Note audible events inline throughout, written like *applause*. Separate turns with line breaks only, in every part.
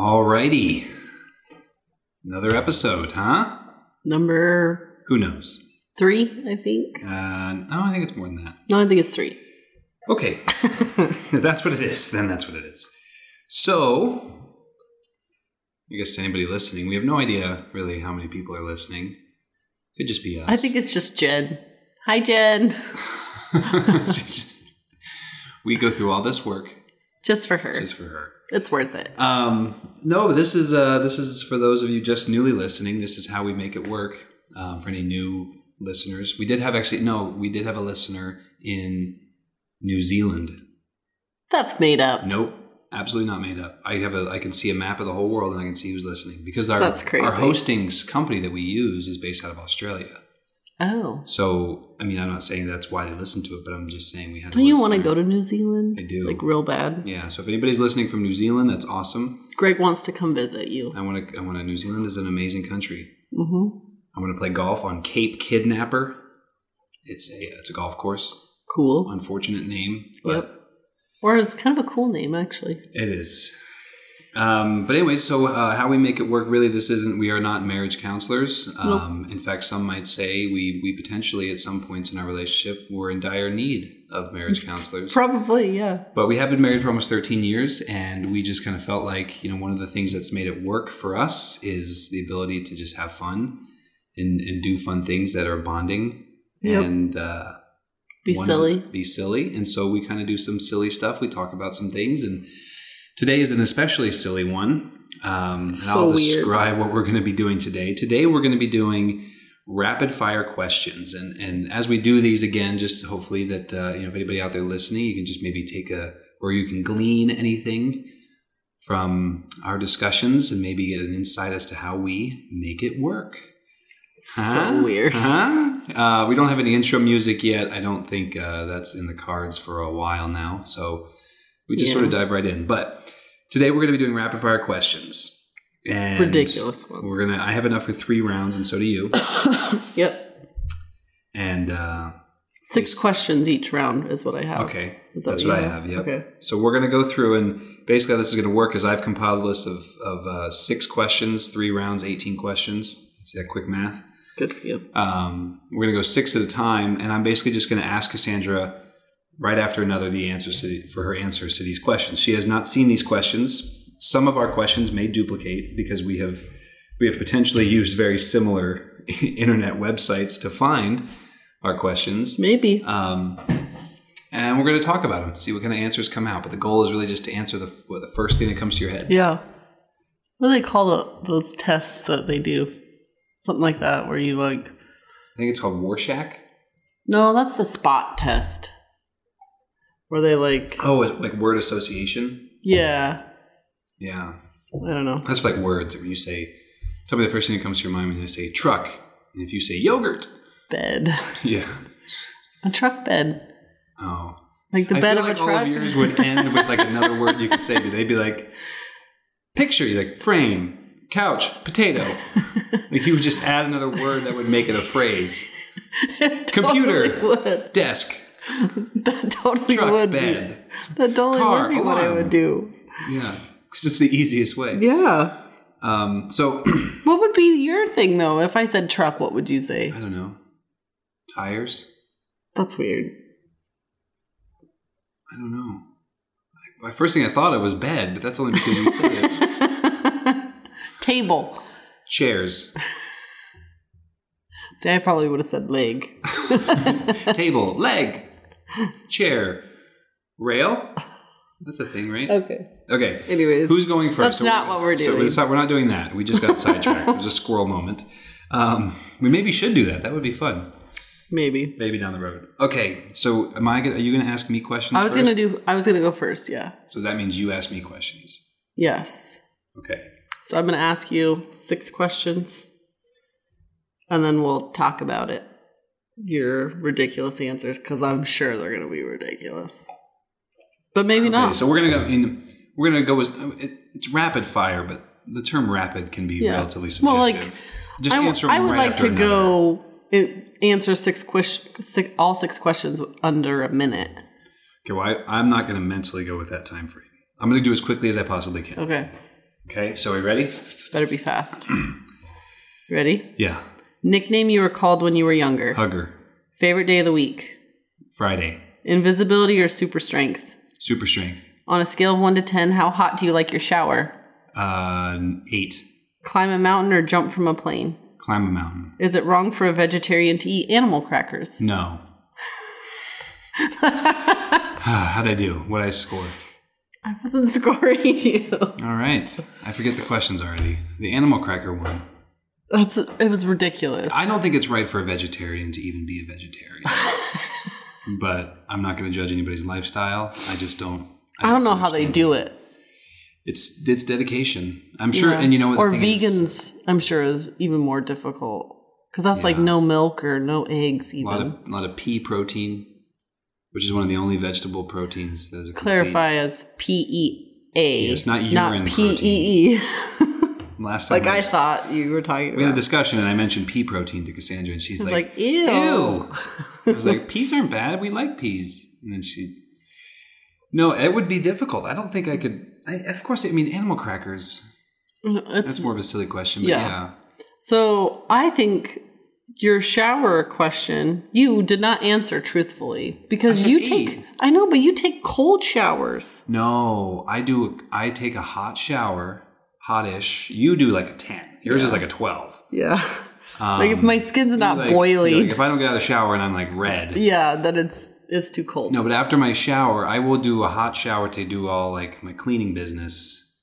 Alrighty. Another episode, huh?
Number
Who knows?
three, I think.
Uh, no, I think it's more than that.
No, I think it's three. *laughs*
Okay, *laughs* if that's what it is, then that's what it is. So, I guess anybody listening, we have no idea really how many people are listening. Could just be us.
I think *laughs* it's just Jen. Hi, Jen.
*laughs*
*laughs*
She just- we go through all this work
Just for her.
just for her.
it's worth it.
Um, no, this is uh, this is for those of you just newly listening. This is how we make it work. Um, for any new listeners, we did have actually no, we did have a listener in New Zealand.
That's made up.
Nope, absolutely not made up. I have a I can see a map of the whole world and I can see who's listening because our
That's crazy.
our hostings company that we use is based out of Australia.
Oh.
So I mean, I'm not saying that's why they listen to it, but I'm just saying we had. a
Don't you want to
listener.
go to New Zealand?
I do.
Like, real bad.
Yeah, so if anybody's listening from New Zealand, that's awesome.
Greg wants to come visit you.
I want to. I want to. New Zealand is an amazing country.
Mm-hmm.
I'm going to play golf on Cape Kidnapper. It's a it's a golf course.
Cool.
Unfortunate name, but
Or it's kind of a cool name, actually.
it is. Um, but anyways, so uh, how we make it work? Really, this isn't. We are not marriage counselors. Um, In fact, some might say we we potentially at some points in our relationship were in dire need of marriage counselors.
Probably, yeah.
But we have been married for almost 13 years, and we just kind of felt like, you know, one of the things that's made it work for us is the ability to just have fun and, and do fun things that are bonding
Yep.
and uh,
Be
one-
silly.
Be silly. And so we kind of do some silly stuff. We talk about some things, and today is an especially silly one. Um, and
So
I'll
weird.
describe what we're going to be doing today. Today we're going to be doing rapid fire questions, and and as we do these again, just hopefully that uh, you know if anybody out there listening, you can just maybe take a or you can glean anything from our discussions and maybe get an insight as to how we make it work. Huh?
So weird.
Huh? Uh, we don't have any intro music yet. I don't think uh, that's in the cards for a while now. So we just
Yeah.
sort of dive right in. But today we're going to be doing rapid fire questions. And
*laughs* Ridiculous ones.
We're gonna. I have enough for three rounds, and so do you.
yep.
And uh,
Six questions each round is what I have.
okay,
Is that
that's
you
what I have. Yep.
Okay.
So we're gonna go through and basically how this is gonna work is I've compiled a list of of uh, six questions, three rounds, eighteen questions. See that quick math?
Good for you.
Um, we're going to go six at a time, and I'm basically just going to ask Cassandra right after another the answers to for her answers to these questions. She has not seen these questions. Some of our questions may duplicate because we have we have potentially used very similar *laughs* internet websites to find our questions.
Maybe.
Um, and we're going to talk about them, see what kind of answers come out. But the goal is really just to answer the what, the first thing that comes to your head.
Yeah. What do they call tho- those tests that they do? Something like that, where you like.
I think it's called Warshack.
No, that's the spot test. Where they like.
Oh, it's like word association.
Yeah.
Yeah.
I don't know.
That's like words. When you say, tell me the first thing that comes to your mind when you say truck. And if you say yogurt,
Bed. *laughs*
yeah.
A truck bed.
Oh,
Like the
I
bed
feel
of
like
a truck.
all of yours
*laughs*
would end with like another word you could say, but they'd be like picture. You like frame, couch,
*laughs*
potato. like you would just add another word that would make it a
*laughs*
phrase.
It
Computer.
totally would. *laughs*
Desk,
That totally
truck,
would. be-
bed.
That totally
Car,
would be what I
alarm.
would do.
Yeah, because it's the easiest way.
Yeah.
Um, so *clears throat*
What would be your thing though? If I said truck, what would you say?
I don't know. Tires.
That's weird.
I don't know. My first thing I thought of was bed, but that's only because you said it.
*laughs* Table.
Chairs.
See, I probably would have said leg.
table, leg, chair, rail. That's a thing, right?
Okay.
Okay.
Anyways.
Who's going first?
Uh, That's not
we're-
what we're
So
doing.
it's not, we're not doing that. We just
*laughs*
got sidetracked. It was a squirrel moment. Um, we maybe should do that. That would be fun.
Maybe.
Maybe down the road. Okay. So am I? Gonna, are you going to ask me questions?
I was
going
gonna do I was gonna go first, yeah.
So that means you ask me questions.
Yes.
Okay.
So I'm gonna ask you six questions and then we'll talk about it. Your ridiculous answers, because I'm sure they're gonna be ridiculous. But maybe
Okay,
not.
so we're gonna go in. We're gonna go with it, it's rapid fire, but the term rapid can be
Yeah.
relatively subjective.
Well, like,
just
I, w-
answer.
I
them
would
right
like
after
to
another.
go in, answer six, ques- six all six questions under a minute.
Okay, well, I, I'm not going to mentally go with that time frame. I'm going to do as quickly as I possibly can.
Okay.
Okay, so are you ready?
Better
*clears throat*
be fast. Ready?
Yeah.
Nickname you were called when you were younger.
Hugger.
Favorite day of the week.
Friday.
Invisibility or super strength.
Super strength.
On a scale of 1 to 10, how hot do you like your shower?
Uh, eight.
Climb a mountain or jump from a plane.
Climb a mountain.
Is it wrong for a vegetarian to eat animal crackers? *laughs*
No. *sighs* How'd I do? What'd I score?
I wasn't *laughs* scoring you.
All right. I forget the questions already. The animal cracker one.
That's it was ridiculous.
I don't think it's right for a vegetarian to even be a
*laughs*
vegetarian. but I'm not going to judge anybody's lifestyle. I just don't.
I don't know how they
understand.
do it.
It's it's dedication. I'm sure,
Yeah.
and you know what? the
or
thing is,
vegans, I'm sure, is even more difficult because that's like
Yeah.
no milk or no eggs.
a lot
Even
of a lot of pea protein, which is one of the only vegetable proteins that is a complete-
clarify as P E A,
Yes, E. not urine
not P E E.
Last time
Like
I
I
was-
thought you were talking
we had a
about.
discussion, and I mentioned pea protein to Cassandra, and she's
It's
like,
like, ew.
"Ew." I
*laughs*
was like, "Peas aren't bad. We like peas." And then she, no, it would be difficult. I don't think I could. I, of course, I mean, animal crackers.
It's
That's more of a silly question, but
Yeah.
yeah.
So I think your shower question you did not answer truthfully
I
because
said
you
eight.
take I know, but you take cold showers.
No, I do. I take a hot shower, hotish. You do like a ten. Yours is like a twelve.
Yeah,
Um,
like if my skin's not
like-
boiling,
like if I don't get out of the shower and I'm like red.
yeah, then it's it's too cold.
No, but after my shower, I will do a hot shower to do all like my cleaning business,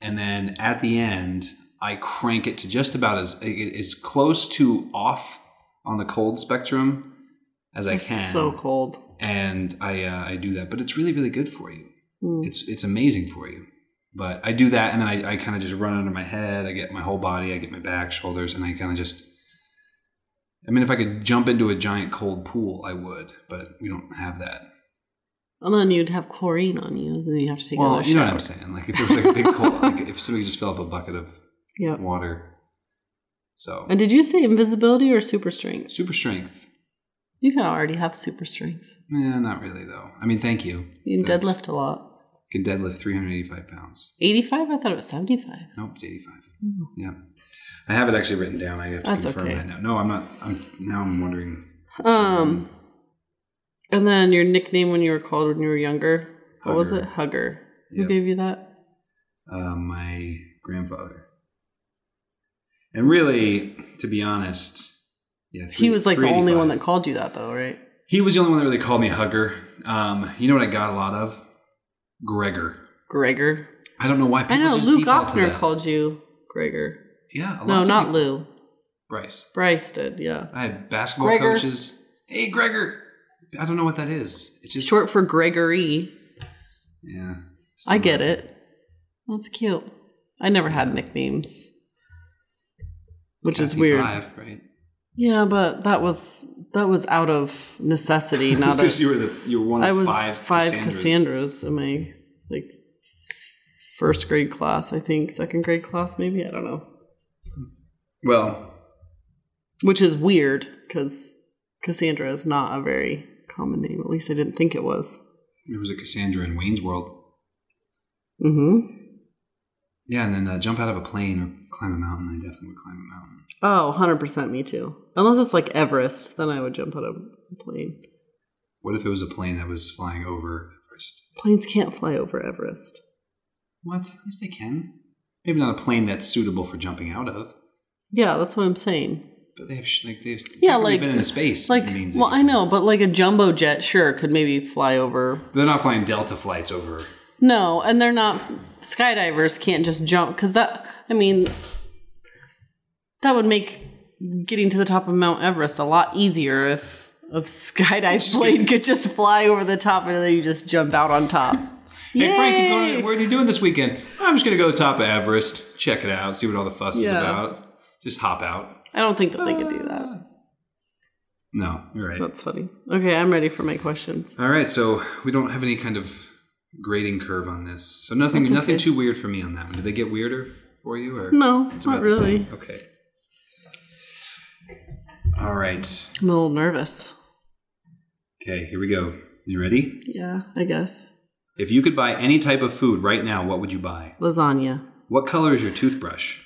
and then at the end, I crank it to just about as as close to off on the cold spectrum as I
it's
can.
so cold.
and I uh, I do that. But it's really really good for you.
Mm.
It's it's amazing for you. But I do that, and then I, I kind of just run under my head. I get my whole body. I get my back, shoulders, and I kind of just. I mean, if I could jump into a giant cold pool, I would. But we don't have that.
And then you'd have chlorine on you, then you have to take
Well,
another
you know what
shower.
I'm saying. Like if it was like a big
*laughs*
cold, like if somebody just fill up a bucket of
Yep.
water. So
And did you say invisibility or super strength?
super strength.
You can already have super strength.
Yeah, not really though. I mean, thank you.
You can
That's-
deadlift a lot.
Can deadlift 385 pounds.
85? I thought it was 75.
Nope, it's 85.
Mm.
Yeah. I have it actually written down. I have to
That's
confirm
okay.
that now. No, I'm not. I'm now. I'm wondering.
Um, and then your nickname when you were called when you were younger. What was it?
Hugger.
Hugger.
Yeah.
Who gave you that?
Uh, my grandfather. And really, to be honest, yeah,
He was like the only one
385.
that called you that, though, right?
He was the only one that really called me hugger. Um, you know what I got a lot of? Gregor.
Gregor.
I don't know why people
I know
just
Luke
default to
Ockner
that.
called you Gregor.
Yeah, a
No,
lot
not
of people-
Lou.
Bryce.
Bryce did. Yeah,
I had basketball
Gregor.
coaches. Hey, Gregor. I don't know what that is. It's just
short for Gregory.
Yeah,
I get it. That's cute. I never had nicknames, which is weird.
Five, right?
Yeah, but that was that was out of
*laughs*
necessity, not a,
Because you were the you were one of
I was
five,
five,
Cassandras.
Cassandras. in my like first grade class, I think second grade class, maybe I don't know.
Well,
Which is weird because Cassandra is not a very common name. At least I didn't think it was.
there was a Cassandra in Wayne's World.
Mm-hmm.
Yeah, and then uh, jump out of a plane or climb a mountain. I definitely would climb a mountain.
Oh, 100 percent, me too. Unless it's like Everest, then I would jump out of a plane.
What if it was a plane that was flying over Everest?
Planes can't fly over Everest.
What? Yes, they can. Maybe not a plane that's suitable for jumping out of,
Yeah, that's what I'm saying.
but they have sh- like they've
Yeah,
they've
like-
been in space.
Like,
means
well, I
anything.
know, but like a jumbo jet, sure, could maybe fly over
They're not flying Delta flights over.
No, and they're not skydivers can't just jump cuz that I mean that would make getting to the top of Mount Everest a lot easier if
*laughs*
a skydive plane could just fly over the top and then you just jump out on top.
*laughs* Hey Frank, you going
Yay!
to, where are you doing this weekend? I'm just gonna go to the top of Everest, check it out, see what all the fuss is
Yeah.
about. Just hop out.
I don't think that they could do
Uh,
that.
No, you're right.
That's funny. Okay, I'm ready for my questions.
All right, so we don't have any kind of grading curve on this, so nothing,
That's
nothing
okay.
too weird for me on that one. Did they get weirder for you, or
No,
It's
not
about the same.
really.
Okay. All right.
I'm a little nervous.
Okay. Here we go. You ready?
Yeah, I guess.
If you could buy any type of food right now, what would you buy?
Lasagna.
What color is your toothbrush?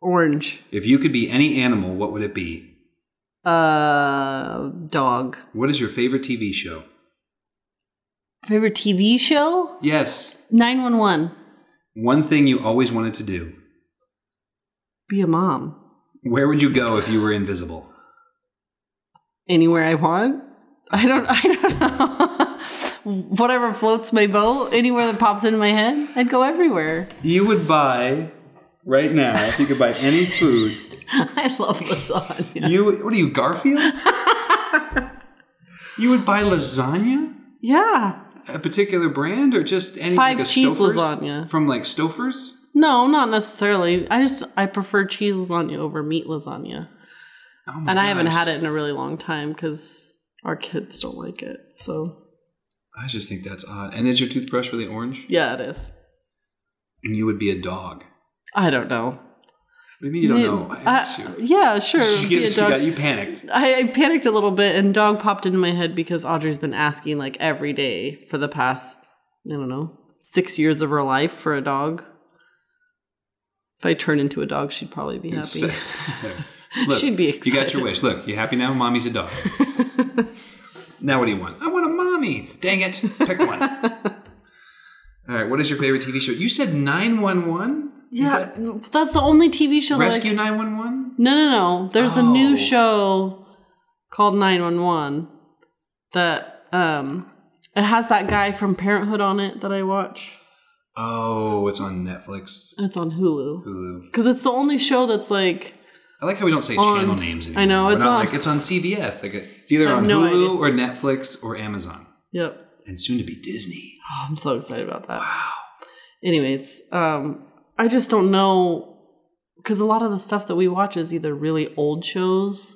Orange.
If you could be any animal, what would it be?
Uh, dog.
What is your favorite TV show?
Favorite TV show?
Yes.
911.
One thing you always wanted to do.
Be a mom.
Where would you go if you were invisible?
Anywhere I want. I don't *laughs* I don't know. Whatever floats my boat, anywhere that pops into my head, I'd go everywhere.
You would buy right now if you could buy any food.
*laughs* I love lasagna.
You what are you
*laughs*
Garfield? you would buy lasagna,
Yeah.
a particular brand, or just any
Five
like a
cheese
Stouffer's?
lasagna.
from like Stouffer's.
No, not necessarily. I just I prefer cheese lasagna over meat lasagna.
Oh my
And I haven't
gosh.
had it in a really long time cuz our kids don't like it. So,
I just think that's odd. And is your toothbrush really orange?
yeah, it is.
And you would be a dog.
I don't know.
What do you mean you don't
Maybe-
know? I
I-
asked you.
yeah, sure.
you,
be
get-
a
you
dog.
got- you panicked.
I, I panicked a little bit, and dog popped into my head because Audrey's been asking like every day for the past I don't know six years of her life for a dog. If I turn into a dog, she'd probably be
It's-
*laughs* happy.
There. *laughs* Look,
She'd be
You got your
excited.
wish. Look, you happy now? Mommy's a
*laughs*
dog. now what do you want? I want a mommy. Dang it. Pick one. All right, what is your favorite TV show? You said 911? Is
Yeah,
that
that's the only TV show that I
Rescue 911?
No, no, no. There's a
Oh.
new show called 911 that um it has that guy from Parenthood on it that I watch.
Oh, it's on Netflix,
It's on Hulu.
Hulu.
Cuz it's the only show that's like
I like how we don't say
On-
channel names anymore.
I know,
We're
it's
not
on-
like it's on CBS. Like it's either
I have
on
no
Hulu
idea.
or Netflix or Amazon,
yep.
and soon to be Disney.
Oh, I'm so excited about that. Wow. Anyways, um I just don't know cuz a lot of the stuff that we watch is either really old shows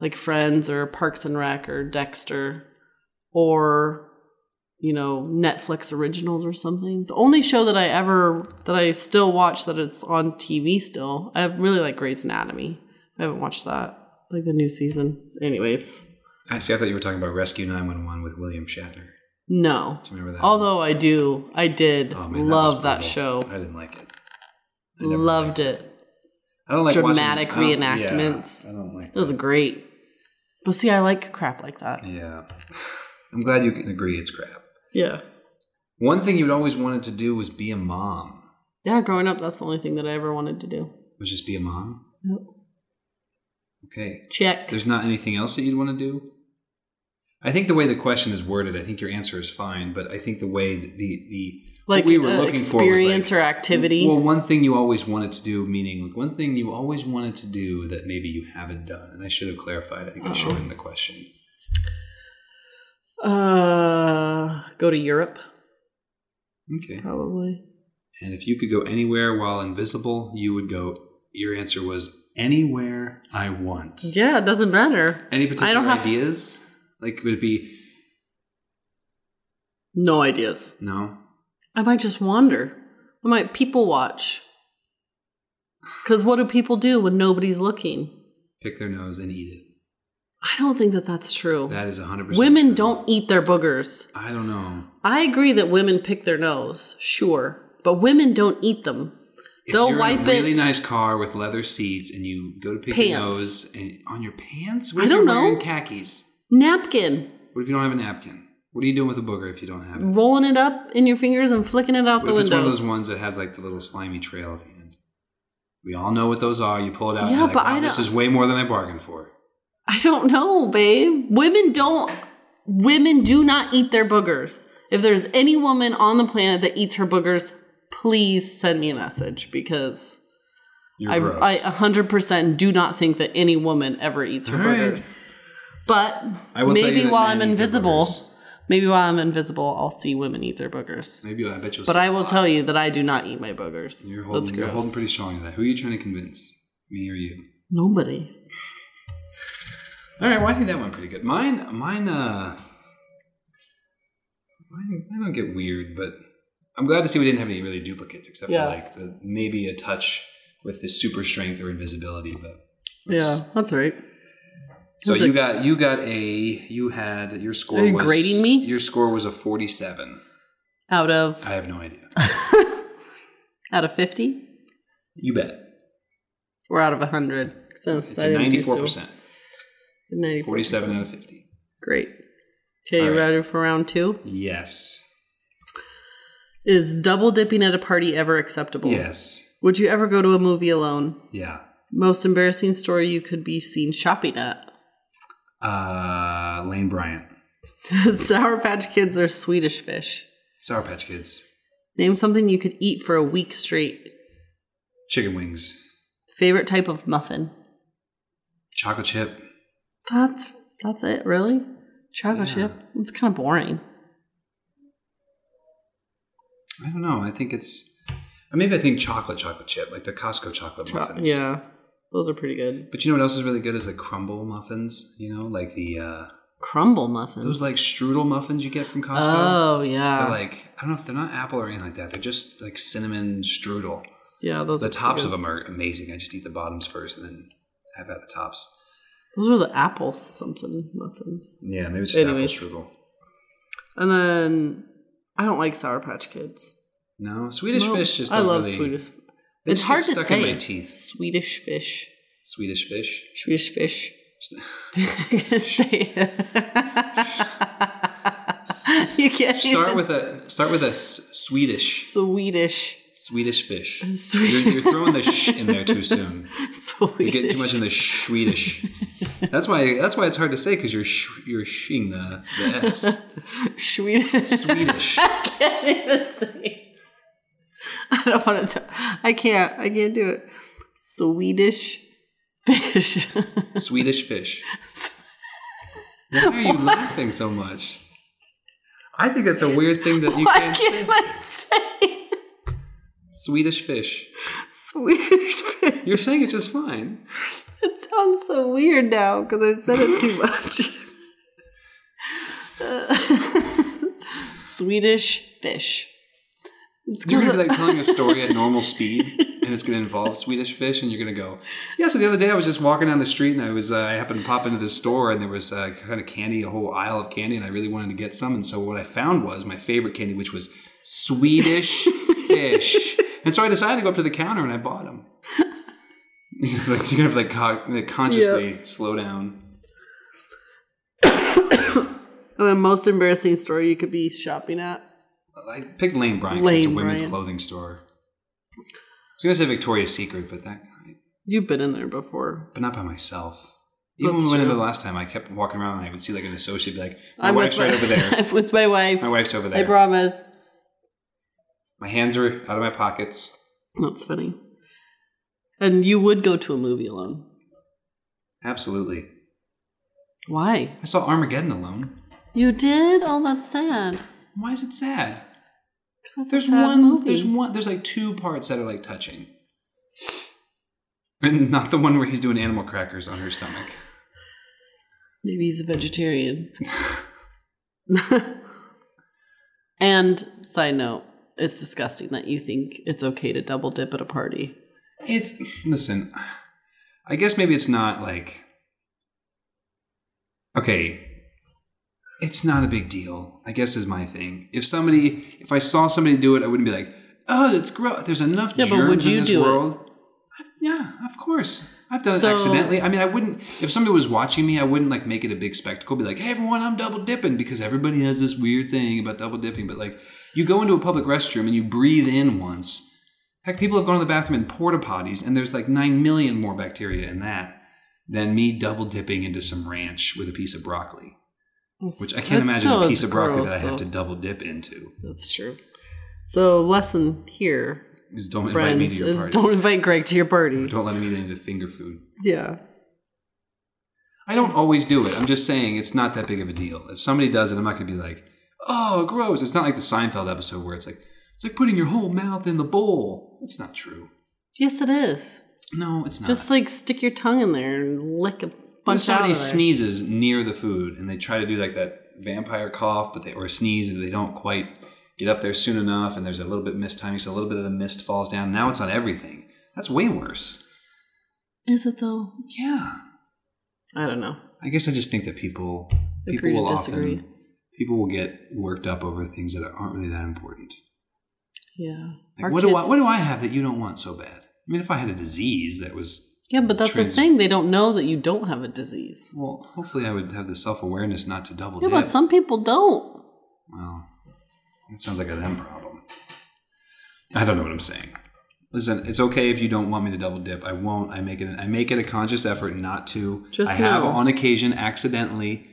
like Friends or Parks and Rec or Dexter or you know Netflix originals or something. The only show that I ever that I still watch that it's on TV still. I really like Grey's Anatomy. I haven't watched that like the new season. Anyways,
Actually, I thought you were talking about Rescue 911 with William Shatner.
no.
Do you remember that?
Although I do, I did
Oh, man, that,
love that,
was
show.
brutal. I didn't like it. I never
Loved it.
I don't like watching-
Dramatic
I don't-
reenactments.
Yeah, I don't like
That was
that.
great. But see, I like crap like that.
Yeah. I'm glad you can agree it's crap.
Yeah.
One thing you'd always wanted to do was be a mom.
Yeah, growing up, that's the only thing that I ever wanted to do.
Was just be a mom?
Yep.
Okay.
Check.
There's not anything else that you'd want to do? I think the way the question is worded, I think your answer is fine, but I think the way the, the
like
what we were
uh,
looking for was like-
experience or activity.
Well, one thing you always wanted to do, meaning like one thing you always wanted to do that maybe you haven't done. And I should have clarified. I think I
Uh-oh.
shortened the question.
uh, go to Europe,
Okay.
probably.
And if you could go anywhere while invisible, you would go. Your answer was anywhere I want.
Yeah, it doesn't matter.
Any particular
I don't have-
ideas? Like, would it be
No ideas.
no?
I might just wander. I might people watch. Because what do people do when nobody's looking?
Pick their nose and eat it.
I don't think that that's true.
That is hundred percent.
Women don't eat their boogers.
I don't know.
I agree that women pick their nose, sure, but women don't eat them.
If
They'll
you're
wipe
in a
it-
really nice car with leather seats, and you go to pick your
Pants.
nose and on your pants. What
I
if
don't
you're wearing
know.
Khakis.
Napkin,
What if you don't have a napkin? What are you doing with a booger if you don't have it?
rolling it up in your fingers and flicking it out
What
the
if it's one of
window.
those ones that has like the little slimy trail at the end? We all know what those are. You pull it out.
Yeah,
and you're like,
but
wow,
I
this
don't-
is way more than I bargained for.
*laughs* I don't know, babe. Women don't. Women do not eat their boogers. If there's any woman on the planet that eats her boogers, please send me a message because
You're
I,
gross.
I uh, 100% do not think that any woman ever eats her
All right.
boogers. But
I will tell you
maybe
that men
while I'm
eat their
invisible,
boogers.
maybe while I'm invisible, I'll see women eat their boogers.
Maybe I bet you'll.
But
see.
I will tell you that I do not eat my boogers.
You're
That's
holding. You're
gross.
holding pretty strong to that. Who are you trying to convince? Me or you?
Nobody.
All right. Well, I think that went pretty good. Mine. Mine. Uh. Mine. I don't get weird, but I'm glad to see we didn't have any really duplicates, except
Yeah.
for like the, maybe a touch with the super strength or invisibility. But
Yeah, that's right.
So
It's
you
like-
got you got a you had your score.
Are you
was,
grading me?
Your score was a forty-seven.
Out of
I have no idea.
I Out of 50?
You bet.
*laughs* We're out of 100. So
It's a ninety-four percent,
94%.
forty-seven out of fifty.
Great. Okay,
All
you
right.
ready for round two?
Yes.
Is double dipping at a party ever acceptable?
Yes.
Would you ever go to a movie alone?
Yeah.
Most embarrassing story you could be seen shopping at? *laughs*
Uh, Lane Bryant,
Sour Patch Kids or Swedish Fish?
Sour Patch Kids,
Name something you could eat for a week straight.
chicken wings,
Favorite type of muffin?
chocolate chip.
That's that's it, really? Chocolate
Yeah.
chip? It's kind of boring.
I don't know. I think it's. Or maybe I think chocolate chocolate chip, like the Costco chocolate
Cho-
muffins.
yeah, those are pretty good.
But you know what else is really good is the crumble muffins. You know, like the uh,
Crumble muffins.
those like strudel muffins you get from Costco.
oh
They're
yeah,
like I don't know if they're not apple or anything like that. They're just like cinnamon strudel.
yeah. Those
The
are pretty
tops
good.
of them are amazing. I just eat the bottoms first and then have at the tops.
Those are the apple something muffins.
Yeah, maybe it's just
Anyways.
apple strudel.
And then I don't like Sour Patch Kids.
No, Swedish
No,
fish just
I
don't
love
really.
Swedish.
they just
It's hard
get
to
stuck
say.
in my teeth.
Swedish fish.
Swedish
*laughs*
fish.
Swedish fish.
*laughs* Just-
Say it. *laughs* you can't
Start
even-
with a start with a s- Swedish
Swedish.
Swedish fish.
Swe-
You're, you're throwing the sh in there too soon. You
*laughs* Swedish.
get too much
*laughs*
in the Swedish. That's why that's why it's hard to say because you're sh- you're shing the, the
*laughs*
s.
Swedish.
Swedish.
I *laughs* can't even say. I don't want to. I can't. I can't do it. Swedish fish.
Swedish fish. *laughs* Why are you laughing so much? I think that's a weird thing that you
*laughs* Why
can't.
can't I say
Swedish fish.
Swedish fish?
You're saying it just fine.
It sounds so weird now because I've said it too much. *laughs* Uh, Swedish fish. It's
You're gonna be
*laughs* kinda-
like telling a story at normal speed, and it's gonna involve Swedish fish, and you're gonna go, "Yeah." So the other day, I was just walking down the street, and I was uh, I happened to pop into this store, and there was uh, kind of candy, a whole aisle of candy, and I really wanted to get some. And so what I found was my favorite candy, which was
*laughs*
Swedish fish. And so I decided to go up to the counter, and I bought them. *laughs* like you have to like co- consciously slow down.
And the most embarrassing story you could be shopping at.
I picked Lane Bryant because it's a
Lane
women's
Bryant.
clothing store. I was gonna say Victoria's Secret, but that
You've been in there before.
but not by myself. Even
That's
when we went in
true.
there last time, I kept walking around and I would see like an associate be like, My
I'm with
wife's right over there.
*laughs* I'm with my wife.
My wife's over
I
there.
promise.
my hands are out of my pockets.
That's funny. And you would go to a movie alone.
Absolutely.
Why?
I saw Armageddon alone.
You did? Oh, that's sad.
Why is it sad?
'Cause that's a
There's
sad
one
movie.
there's one there's like two parts that are like touching. And not the one where he's doing animal crackers on her stomach.
Maybe he's a vegetarian. *laughs* and side note, it's disgusting that you think it's okay to double dip at a party.
It's listen. I guess maybe it's not like okay. It's not a big deal. I guess is my thing. If somebody, if I saw somebody do it, I wouldn't be like, "Oh, that's gross." There's enough
Yeah, but
germs
would
in
you
this
do it?
world. I- yeah, of course. I've done
So-
it accidentally. I mean, I wouldn't. If somebody was watching me, I wouldn't like make it a big spectacle. Be like, "Hey, everyone, I'm double dipping," because everybody has this weird thing about double dipping. But like, you go into a public restroom and you breathe in once. Heck, people have gone to the bathroom in porta potties, and there's like 9 million more bacteria in that than me double dipping into some ranch with a piece of broccoli, which I can't
That's
imagine
still-
a
it's
piece of broccoli
gross,
that I have to
though.
double dip into.
That's true. So, lesson here,
Is don't invite me to
friends,
your
is
party.
don't invite Greg to your party.
Don't, let him eat any of the finger food.
Yeah.
I don't always do it. I'm just saying it's not that big of a deal. If somebody does it, I'm not going to be like, oh, gross. It's not like the Seinfeld episode where it's like, it's like putting your whole mouth in the bowl. That's not true.
Yes, it is.
No, it's not.
Just like stick your tongue in there and lick a
When
bunch out of
somebody
there.
sneezes near the food and they try to do like that vampire cough, but they or sneeze and they don't quite get up there soon enough, and there's a little bit missed timing, so a little bit of the mist falls down. Now it's on everything. That's way worse.
Is it though?
Yeah,
I don't know.
I guess I just think that people
Agree
people
to
will
disagree.
often people will get worked up over things that aren't really that important.
Yeah.
Like,
Our
what do I
kids-
what do I have that you don't want so bad? I mean, if I had a disease that was
Yeah, but that's
Trans-
the thing. They don't know that you don't have a disease.
well, hopefully I would have the self awareness not to double
Yeah,
dip.
but some people don't.
Well, that sounds like a them problem. I don't know what I'm saying. Listen, it's okay if you don't want me to double dip. I won't. I make it. I make it a conscious effort not to.
Just
I have
know.
on occasion accidentally.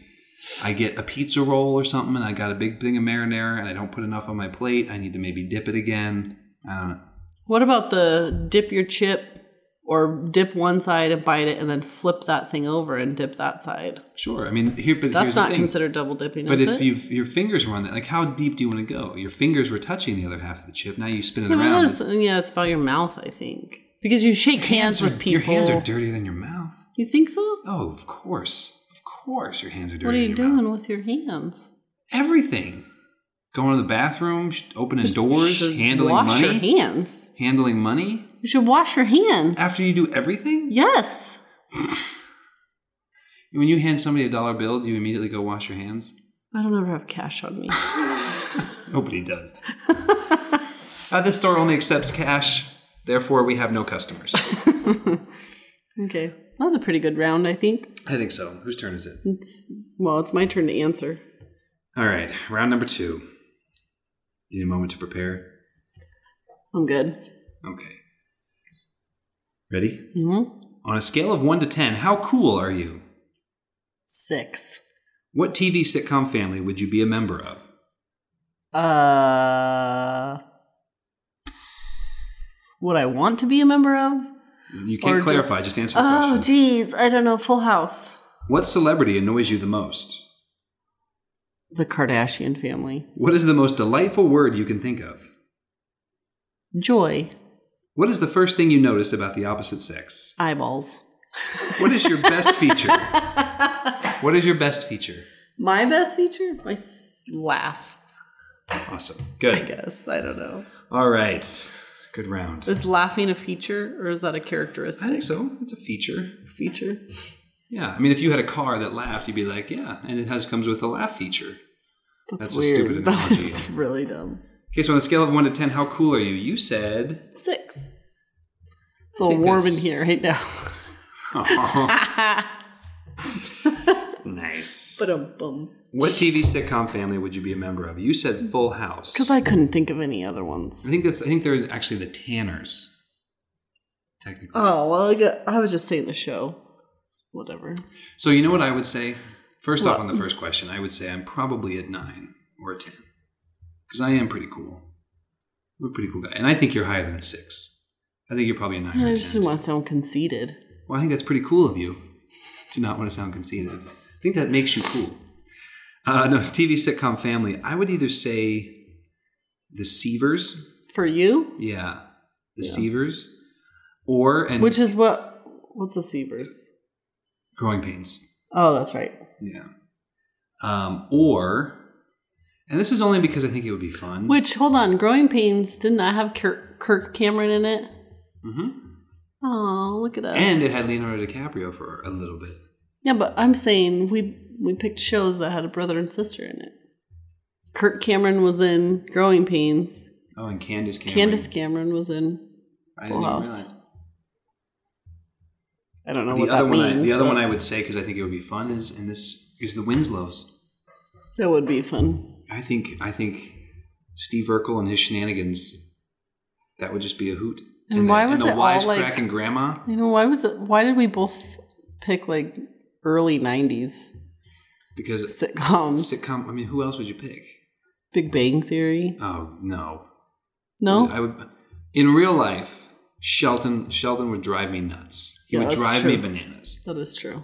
I get a pizza roll or something, and I got a big thing of marinara, and I don't put enough on my plate. I need to maybe dip it again. I don't know.
What about the dip your chip or dip one side and bite it and then flip that thing over and dip that side?
Sure. I mean, here, but
That's
here's
not
the thing.
considered double dipping,
but
is
if
it?
you've, your fingers were on that, like how deep do you want to go? Your fingers were touching the other half of the chip. Now you spin it
yeah, but
around.
that's- yeah, it's about your mouth, I think. Because you shake hands,
Your
with people.
Your hands are dirtier than your mouth.
You think so?
Oh, of course. Of course your hands are dirty.
What are you
in your mouth.
doing with your hands?
Everything. Going to the bathroom, sh- opening doors,
You should
handling
wash
money.
your hands.
Handling money
You should wash your hands.
after you do everything?
yes.
When you hand somebody a dollar bill, do you immediately go wash your hands?
I don't ever have cash on me.
Nobody does. uh, this store only accepts cash, therefore we have no
*laughs*
customers.
*laughs* okay. That was a pretty good round, I think.
I think so. Whose turn is it?
It's, well, it's my turn to answer.
All right, round number two. You need a moment to prepare.
I'm good.
Okay. Ready?
hmm
On a scale of one to ten, how cool are you?
Six.
What TV sitcom family would you be a member of?
Uh, what I want to be a member of?
You
Or
can't
just-
clarify, just, answer the
Oh,
question.
geez, I don't know. Full House.
what celebrity annoys you the most?
The Kardashian family.
What is the most delightful word you can think of?
Joy.
What is the first thing you notice about the opposite sex?
*laughs* Eyeballs.
What is your
*laughs*
best feature? What is your best feature?
My best feature? My s- laugh.
Awesome.
I
Good.
guess. I don't know.
All right. Good round.
Is laughing a feature or is that a
I
characteristic
think so. It's a feature.
feature?
Yeah. I mean, if you had a car that laughed, you'd be like, yeah, and it has comes with a laugh feature. That's a stupid analogy.
That's really dumb.
Okay, so on a scale of one to ten, how cool are you? You said
Six. It's a little warm
that's-
in here
*laughs*
right now.
nice.
but um bum.
What TV sitcom family would you be a member of? You said Full House.
Because I couldn't think of any other
I
ones.
think that's. I think they're actually the Tanners. Technically.
Oh well, I, got, I was just saying the show. Whatever.
so you know what I would say. First off,
What?
on the first question, I would say I'm probably at nine or a ten because I am pretty cool. I'm a pretty cool guy, and I think you're higher than a six. I think you're probably a nine or
I
a
just
ten.
didn't want to sound conceited.
Well, I think that's pretty cool of you to not want to sound conceited. I think that makes you cool. Uh, no, it's TV sitcom family. I would either say the Seavers.
For you,
Yeah, the Seavers, or and
which is what? What's the Seavers?
growing pains.
Oh, that's right.
Yeah, um, or and this is only because I think it would be fun.
Which hold on, Growing Pains didn't that have Kirk, Kirk Cameron in it?
hmm
Oh, look at us.
and it had Leonardo DiCaprio for a little bit.
yeah, but I'm saying we we picked shows that had a brother and sister in it. Kirk Cameron was in Growing Pains.
Oh, and Candace Cameron.
Candace Cameron was in.
I
Full
didn't even
House.
realize.
I don't know
The
what
other
that
one,
means.
I, the other
but
one I would say because I think it would be fun is and this is the Winslows.
that would be fun.
I think I think Steve Urkel and his shenanigans that would just be a hoot.
And why was
the,
it all,
and the
like-
wisecracking grandma?
You know why was it? Why did we both pick like early '90s
Because
sitcoms?
sitcom. I mean, who else would you pick?
Big Bang Theory.
Oh no,
No,
I would. In real life, Shelton Sheldon would drive me nuts. He
Yeah,
would
that's
drive me
true.
bananas.
that is true.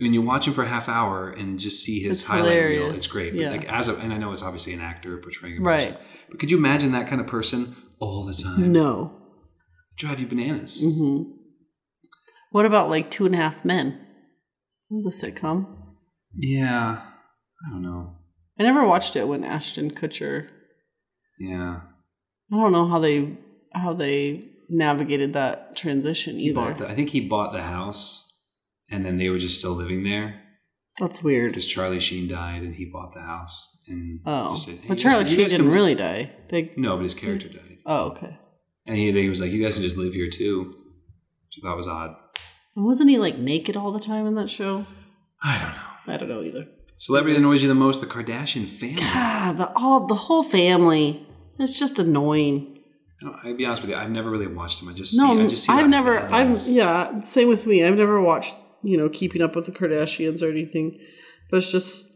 When you watch him for a half hour and just see his
It's
highlight reel,
hilarious.
it's great. But
Yeah.
like as a, and I know it's obviously an actor portraying a
Right.
person. But could you imagine that kind of person all the time?
No.
Drive you bananas.
hmm What about like Two and a Half Men? It was a sitcom.
Yeah, I don't know.
I never watched it when Ashton Kutcher.
Yeah.
I don't know how they how they navigated that transition
He
either.
bought the, I think he bought the house and then they were just still living there
That's weird.
because Charlie Sheen died and he bought the house and
Oh,
just said, "Hey,
but
you guys-
Charlie
you
Sheen
guys
didn't
can-"
really die. They
No, but his character died.
Oh, okay.
And he, he was like, "You guys can just live here too," which I thought was odd.
And wasn't he like naked all the time in that show?
I don't know.
I don't know either.
Celebrity that annoys you the most: the Kardashian family.
God, the all the whole family. It's just annoying.
I don't- I'll be honest with you. I've never really watched them. I just
No,
see, I just see
I've
like
never. I've
headlines.
yeah. Same with me. I've never watched you know Keeping Up with the Kardashians or anything, but it's just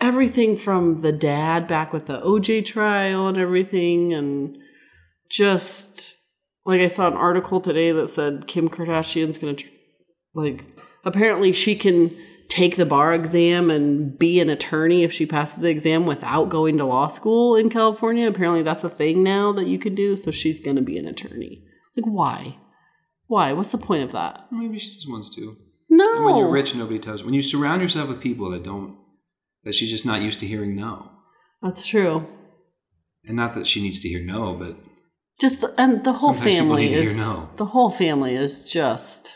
everything from the dad back with the OJ trial and everything, and just like I saw an article today that said Kim Kardashian's gonna tr- like apparently she can take the bar exam and be an attorney if she passes the exam without going to law school in California. Apparently that's a thing now that you can do, so she's going to be an attorney. Like why? Why? What's the point of that?
Maybe she just wants to.
No.
And when you're rich, nobody tells. When you surround yourself with people that don't, that she's just not used to hearing no,
That's true.
and not that she needs to hear no, but
Just the, and the whole
Sometimes people
family
need to hear
is
no.
the whole family is just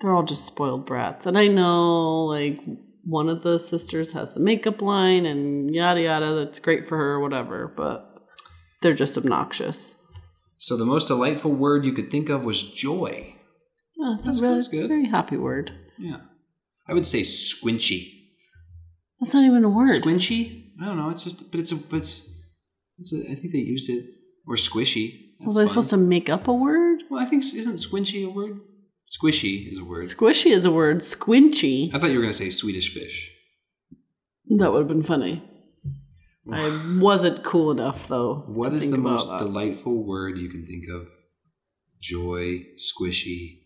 they're all just spoiled brats. And I know like one of the sisters has the makeup line and yada yada that's great for her or whatever, but they're just obnoxious.
so the most delightful word you could think of was joy.
Oh, that's,
That's-
a really
that's good.
very happy word.
Yeah, I would say squinchy.
That's not even a word.
Squinchy? I don't know. It's just, but it's a, but it's, it's a, I think they used it or squishy.
Was I supposed to make up a word?
Well, I think isn't squinchy a word? Squishy is a word.
Squishy is a word. Squinchy.
I thought you were going to say Swedish fish.
That would have
*sighs*
been funny. I wasn't cool enough though. to
What is
think
the
about
most
that.
delightful word you can think of? Joy, squishy.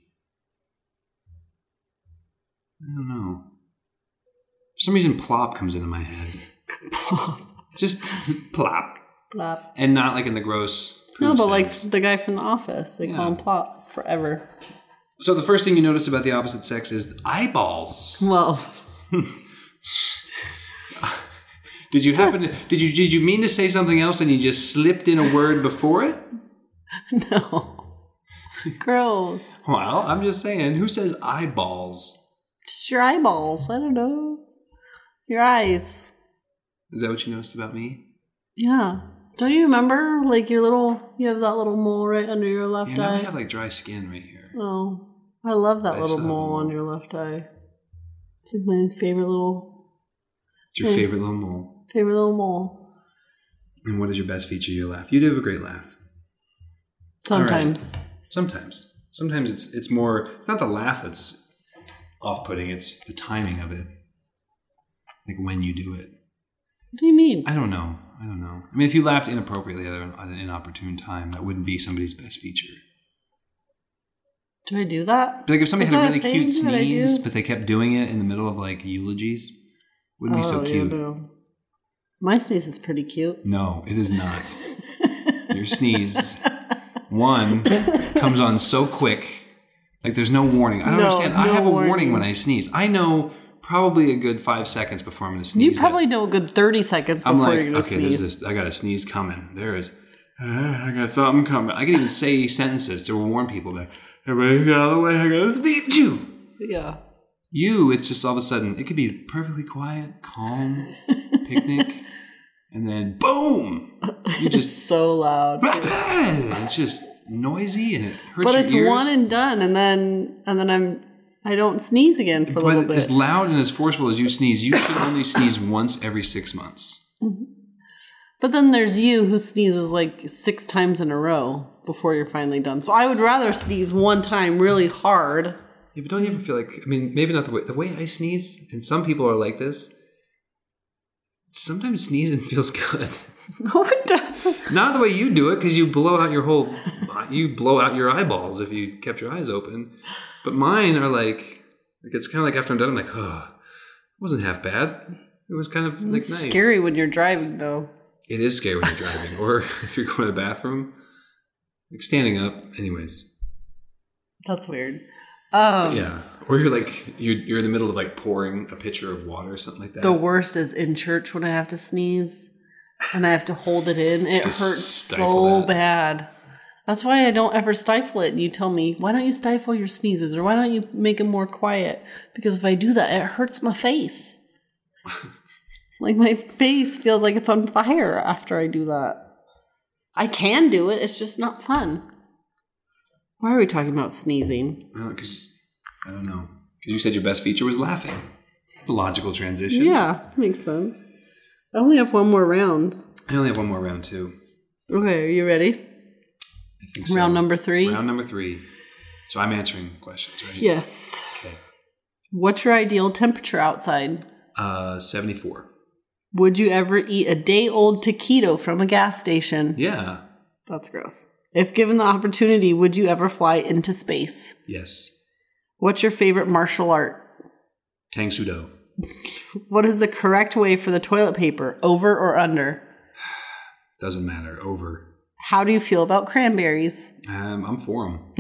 I don't know. For some reason, plop comes into my head.
*laughs* Plop.
Just plop,
Plop.
and not like in the gross.
No,
poo
but like
sense.
the guy from The Office, they
Yeah.
call him Plop forever.
So the first thing you notice about the opposite sex is eyeballs.
Well, *laughs*
Did you happen to did you did you mean to say something else and you just slipped in a word before it? *laughs*
no, gross.
Well, I'm just saying, who says eyeballs?
Just your eyeballs. I don't know. Your eyes.
Is that what you noticed about me?
Yeah. Don't you remember? Like your little, you have that little mole right under your left
Yeah, now I
eye.
have like dry skin right here.
oh, I love that
I
little
still have a
mole on
mole.
your left eye. It's like my favorite little,
It's your
Yeah.
favorite little mole.
favorite little mole.
And what is your best feature? Your laugh. You do have a great laugh. All right.
Sometimes.
Sometimes, sometimes it's it's more. It's not the laugh that's off-putting. It's the timing of it, like when you do it.
What do you mean?
I don't know. I don't know. I mean, if you laughed inappropriately at an- at an inopportune time, that wouldn't be somebody's best feature.
Do I do that?
But like if somebody
Is
had a
that a
really
thing
cute
that I do?
sneeze, but they kept doing it in the middle of like eulogies, wouldn't be so
Oh, yeah,
cute.
no. My sneeze is pretty cute.
No, it is not. Your sneeze, one, comes on so quick. Like there's no warning. I don't
No,
understand. I
no
have a warning.
warning.
when I sneeze. I know probably a good five seconds before I'm going to
You
sneeze. that
probably know a good 30 seconds before
I'm like,
you're going to
okay,
sneeze.
there's this. I got a sneeze coming. There is. "Ah, I got something coming. I can even say sentences to warn people that everybody get out of the way. I got to sneeze you.
Yeah.
You, it's just all of a sudden. It could be perfectly quiet, calm picnic, and then boom! You just
So loud.
it's just noisy and it hurts
But
your
it's
ears.
one and done and then and then I'm I don't sneeze again for a little
but
bit.
as loud and as forceful as you sneeze, you should only sneeze once every six months.
But then there's you who sneezes like 6 times in a row before you're finally done. So I would rather sneeze one time really hard. *laughs*
Yeah, but don't you ever feel like I mean, maybe not the way the way I sneeze, and some people are like this. Sometimes sneezing *laughs* feels good.
No it doesn't.
Not the way you do it, because you blow out your whole, you blow out your eyeballs if you kept your eyes open. But mine are like, like it's kind of like after I'm done, I'm like, oh, it wasn't half bad. It was kind of like
It's
nice.
scary when you're driving though.
It is scary when you're
*laughs*
driving, or if you're going to the bathroom, like standing up. Anyways,
That's weird. Um
yeah. Or you're like you're you're in the middle of like pouring a pitcher of water or something like that.
The worst is in church when I have to sneeze and I have to hold it in. It
Just
hurts
stifle
so
that.
bad. That's why I don't ever stifle it. And you tell me, why don't you stifle your sneezes or why don't you make them more quiet? Because if I do that, it hurts
*laughs*
my face. like my face feels like it's on fire after I do that. I can do it. It's just not fun. Why are we talking about sneezing?
I don't because I don't know because you said your best feature was laughing. Logical transition.
Yeah, makes sense. I only have one more round.
I only have one more round too.
Okay, are you ready?
I think so.
Round number three?
Round number three. So I'm answering questions, right?
yes.
Okay.
What's your ideal temperature outside?
Uh, 74.
Would you ever eat a day old taquito from a gas station?
Yeah.
That's gross. If given the opportunity, would you ever fly into space?
Yes.
What's your favorite martial art?
Tang Sudo.
What is the correct way for the toilet paper, over or under?
Doesn't matter. Over.
How do you feel about cranberries?
Um, I'm for 'em.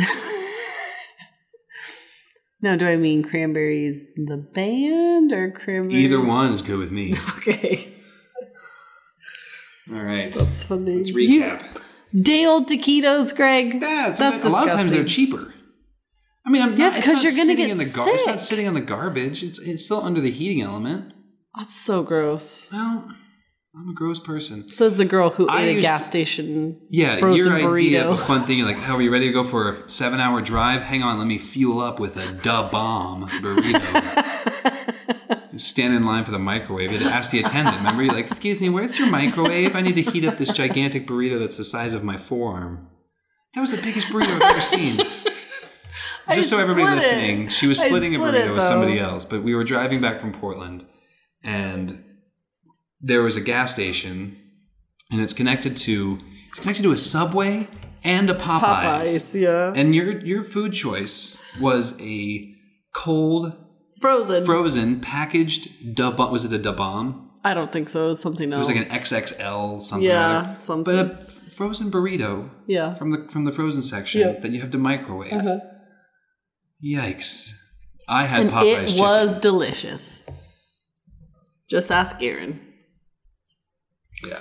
No, do I mean cranberries the band or cranberries?
Either one is good with me.
*laughs* Okay.
All right.
That's funny.
Let's recap.
You- day old taquitos, Greg.
Yeah, it's
That's
a lot of times they're
disgusting.
cheaper. I mean, I'm
Yeah,
not, it's
'cause
not
you're gonna
sitting
get
in the gar- It's not
sick.
sitting on the garbage. It's it's still under the heating element.
That's so gross.
Well, I'm a gross person.
Says the girl who
I
ate a
used
gas
to-
station.
Yeah,
Frozen
your idea of a
burrito.
fun thing. You're like, how are you ready to go for a seven-hour drive? Hang on, let me fuel up with a da bomb burrito.
*laughs*
Stand in line for the microwave. You had to ask the attendant. Remember, you're like, "Excuse me, where's your microwave? I need to heat up this gigantic burrito that's the size of my forearm." That was the biggest burrito I've ever
*laughs*
seen. Just so everybody
split it.
listening, she was
I
splitting a
split
burrito
it,
with somebody
though.
else. But we were driving back from Portland, and there was a gas station, and it's connected to it's connected to a Subway and a Popeyes.
Popeyes, yeah.
And your your food choice was a cold,
Frozen.
frozen, packaged da bomb. Was it a da bomb?
I don't think so. It was something
It
else.
was like an XXL something. or
yeah,
other.
something.
But a frozen burrito
yeah.
from the from the frozen section
Yeah.
that you have to microwave.
Uh-huh.
Yikes! I had
And
Popeyes.
it
chicken.
was delicious. Just ask Aaron.
yeah.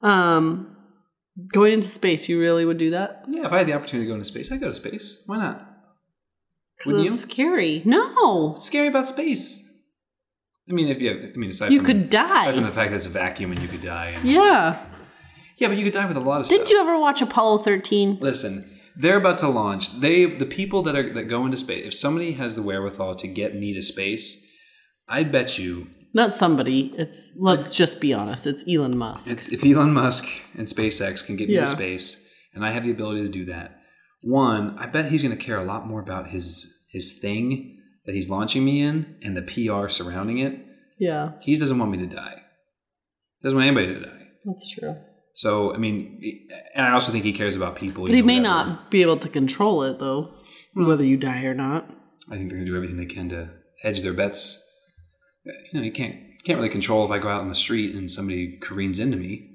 Um, going into space, you really would do that?
Yeah, if I had the opportunity to go into space, I'd go to space. Why not?
'Cause
Wouldn't
it's
you?
scary. No,
What's scary about space? I mean, if you have, I mean, aside
you
from,
could
aside from
die.
the fact that it's a vacuum and you could die. And,
Yeah.
yeah, but you could die with a lot of
Did
stuff.
you ever watch Apollo 13?
Listen, they're about to launch. They, the people that are that go into space. If somebody has the wherewithal to get me to space, I bet you
Not somebody. It's let's just be honest. It's Elon Musk.
It's if Elon Musk and SpaceX can get me
Yeah.
to space, and I have the ability to do that. One, I bet he's going to care a lot more about his his thing that he's launching me in and the PR surrounding it.
yeah,
He doesn't want me to die. Doesn't want anybody to die.
that's true.
So I mean, and I also think he cares about people.
But he may not be able to control it though, whether you die or not.
I think they're going to do everything they can to hedge their bets. You know, you can't can't really control if I go out on the street and somebody careens into me.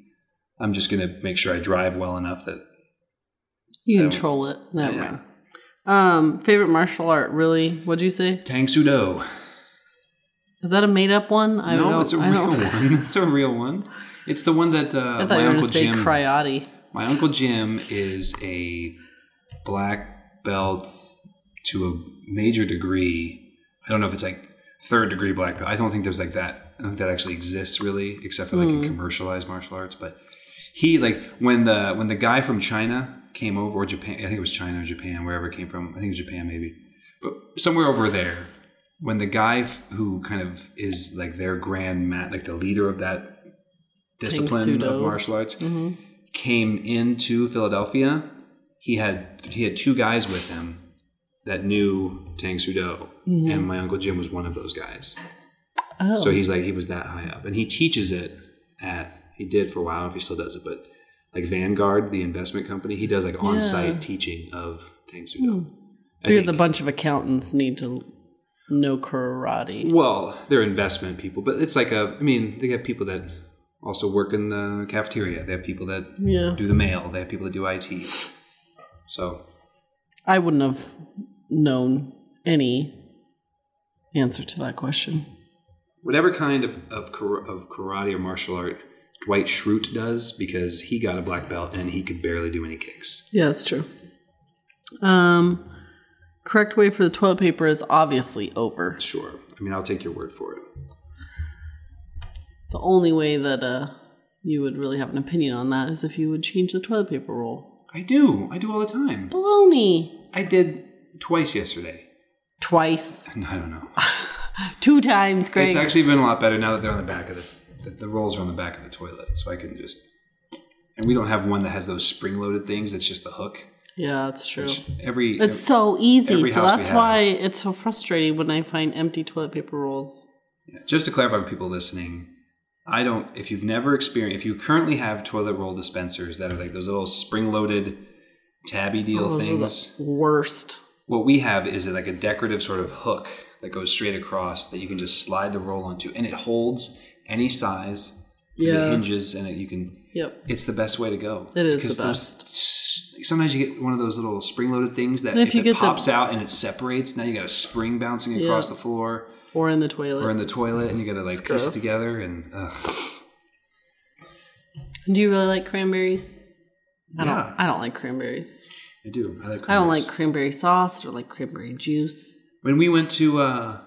I'm just going to make sure I drive well enough that
You
I don't-
control it. Never
Yeah.
mind. Um, favorite martial art? Really? What'd you say?
Tang Sudo.
Is that a made up one? I
no,
don't.
it's a
I
real
don't,
one. *laughs* It's a real one. It's the one that uh,
*laughs* I thought
my
you were
uncle
going to say
Jim.
Cryotti.
My uncle Jim is a black belt to a major degree. I don't know if it's like third degree black belt. I don't think there's like that. I don't think that actually exists really, except for like in commercialized martial arts. But he like when the when the guy from China came over or Japan. I think it was China or Japan, wherever it came from. I think it was Japan maybe, but somewhere over there. When the guy f- who kind of is like their grand mat, like the leader of that discipline of
Sudo.
martial arts,
hmm
came into Philadelphia, he had he had two guys with him that knew Tang Sudo,
Mhm.
and my uncle Jim was one of those guys.
Oh,
So he's like he was that high up, and he teaches it at he did for a while. I don't know if he still does it, but like Vanguard, the investment company, he does like on site
Yeah. Hmm.
teaching of Tang Sudo. I
because a
think.
bunch of accountants need to know karate.
Well, they're investment people, but it's like a. I mean, they have people that also work in the cafeteria. They have people that
Yeah,
do the mail. They have people that do IT. So
I wouldn't have known any answer to that question.
whatever kind of, of, kar- of karate or martial art Dwight Schrute does because he got a black belt and he could barely do any kicks.
Yeah, that's true. Um, correct way for the toilet paper is obviously over.
Sure. I mean, I'll take your word for it.
The only way that uh you would really have an opinion on that is if you would change the toilet paper roll.
I do. I do all the time.
Baloney.
I did twice yesterday. *laughs*
Twice.
No, I don't know.
Two times, Greg.
It's actually been a lot better now that they're on the back of the, the the rolls are on the back of the toilet, so I can just. And we don't have one that has those spring-loaded things. It's just the hook.
yeah, that's true.
Which every
It's so easy.
every
So
house we
that's
have.
why it's so frustrating when I find empty toilet paper rolls.
Yeah, just to clarify for people listening, I don't. If you've never experienced, if you currently have toilet roll dispensers that are like those little spring-loaded tabby deal
Oh, Those
things,
are the worst.
what we have is like a decorative sort of hook that goes straight across that you can just slide the roll onto, and it holds any size. 'cause
Yeah.
It hinges, and it, you can.
Yep.
It's the best way to go.
It is the
Those, sometimes you get one of those little spring-loaded things that
And if
if,
you
it
get the-
pops out and it separates, now you got a spring bouncing
Yeah.
across the floor
Or in the toilet.
or in the toilet, and you got to like piece
gross.
it together and. Ugh.
Do you really like cranberries? I
Yeah.
don't. I don't like cranberries.
I do. I like.
I don't like
cranberries.
cranberry sauce or like cranberry juice.
when we went to. uh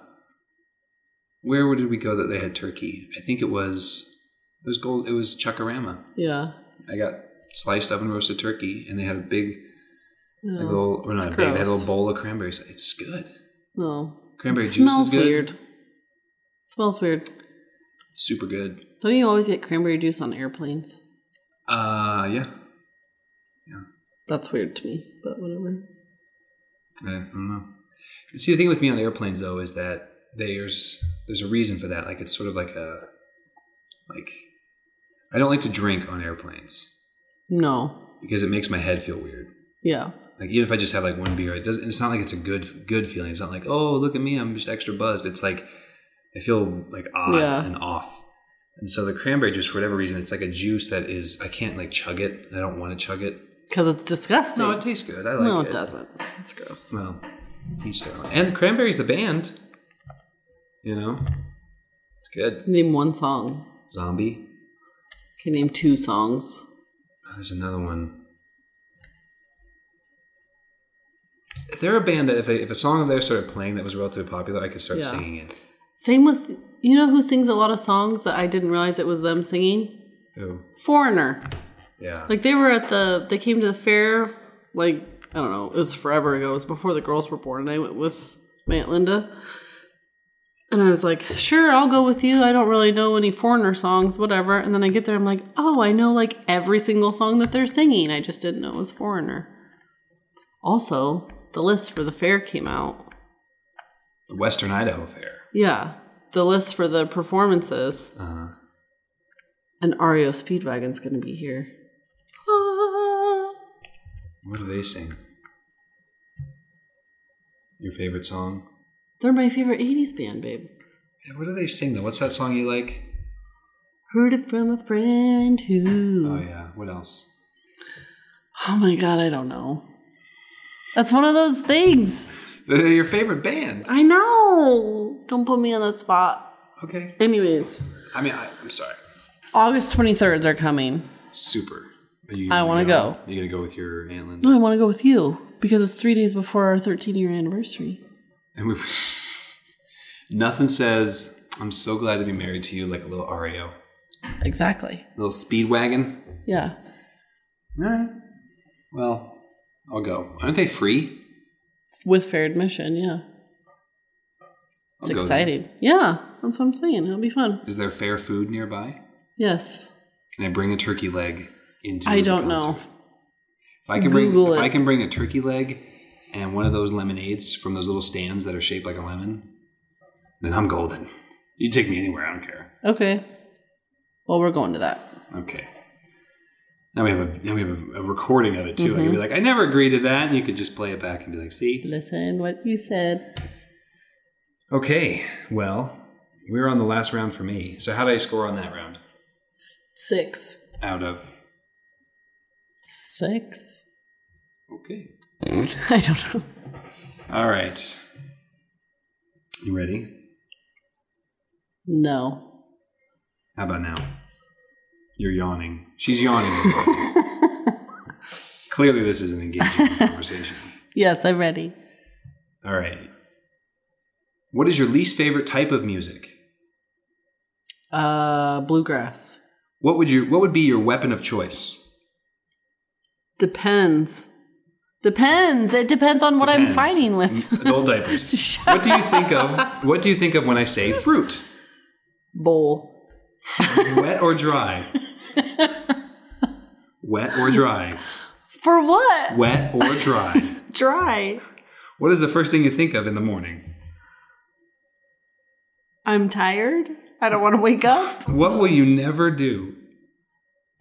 Where did we go that they had turkey? I think it was. It was gold. It was Chuckarama.
Yeah.
I got sliced oven roasted turkey, and they had a big,
No.
a little, or
it's
not a big, they had a
Oh, gross.
little bowl of cranberries. It's good.
no.
Cranberry
It
juice
smells
is good.
weird. smells weird.
It's super good.
Don't you always get cranberry juice on airplanes?
Uh, yeah.
That's weird to me, but whatever.
I don't know. See, the thing with me on airplanes though is that there's there's a reason for that. Like it's sort of like a like I don't like to drink on airplanes
No.
because it makes my head feel weird.
Yeah.
Like even if I just have like one beer, it doesn't. It's not like it's a good good feeling. It's not like oh look at me, I'm just extra buzzed. It's like I feel like odd
Yeah.
and off. And so the cranberry juice, for whatever reason, it's like a juice that is I can't like chug it. I don't want to chug it.
Because it's disgusting.
No, it tastes good. I like
No,
it.
it doesn't. It's gross.
Well, each their own. And cranberries, the band. You know, it's good.
Name one song.
Zombie.
Can name two songs.
Oh, there's another one. If they're a band that if, they, if a song of theirs started playing that was relatively popular, I could start
Yeah.
singing it.
Same with you know who sings a lot of songs that I didn't realize it was them singing?
Oh,
Foreigner.
yeah.
Like they were at the they came to the fair like I don't know, it was forever ago. It was before the girls were born. And I went with my Aunt Linda. And I was like, sure, I'll go with you. I don't really know any foreigner songs, whatever. And then I get there, I'm like, oh, I know like every single song that they're singing. I just didn't know it was foreigner. Also, the list for the fair came out.
the Western Idaho Fair.
Yeah. The list for the performances.
Uh,
And Ario Speedwagon's gonna be here. Ah.
what do they sing? Your favorite song?
They're my favorite 80s band, babe.
Yeah, what do they sing though? What's that song you like?
Heard it from a friend who.
Oh yeah. What else?
Oh my god, I don't know. That's one of those things.
They're your favorite band.
I know. Don't put me on the spot.
Okay.
Anyways,
I mean, I, I'm sorry.
August 23rd, they're coming.
Super. Are you
I
gonna
wanna go.
Are you gonna go with your aunt Linda?
No, I want to go with you because it's three days before our 13 year anniversary.
And we, *laughs* nothing says I'm so glad to be married to you like a little Ario,
Exactly.
little speed wagon.
Yeah.
All right. Well, I'll go. Aren't they free?
With fair admission, yeah.
I'll
It's
go there.
exciting. Yeah, that's what I'm saying. It'll be fun.
Is there fair food nearby?
Yes.
Can I bring a turkey leg into?
I
the
don't know.
concert? If I can bring,
Google
if
it.
I can bring a turkey leg and one of those lemonades from those little stands that are shaped like a lemon, then I'm golden. You take me anywhere. I don't care.
Okay. Well, we're going to that.
Okay. Now we have a now we have a, a recording of it too. I could be like, I never agreed to that, and you could just play it back and be like, see.
Listen what you said.
Okay. Well, we were on the last round for me. So how did I score on that round?
Six.
Out of
Six?
okay.
*laughs* I don't know.
All right. You ready?
No.
How about now? You're yawning. She's yawning. Clearly, this is an engaging conversation.
Yes, I'm ready.
All right. What is your least favorite type of music?
Uh, bluegrass.
What would your what would be your weapon of choice?
Depends. Depends. It depends on what I'm
Pens.
fighting with.
Adult diapers.
Shut
what do you think of? What do you think of when I say fruit?
*laughs* Bowl.
Wet or dry? Wet or dry?
For what?
Wet or dry?
Dry.
What is the first thing you think of in the morning?
I'm tired. I don't want to wake up.
What will you never do?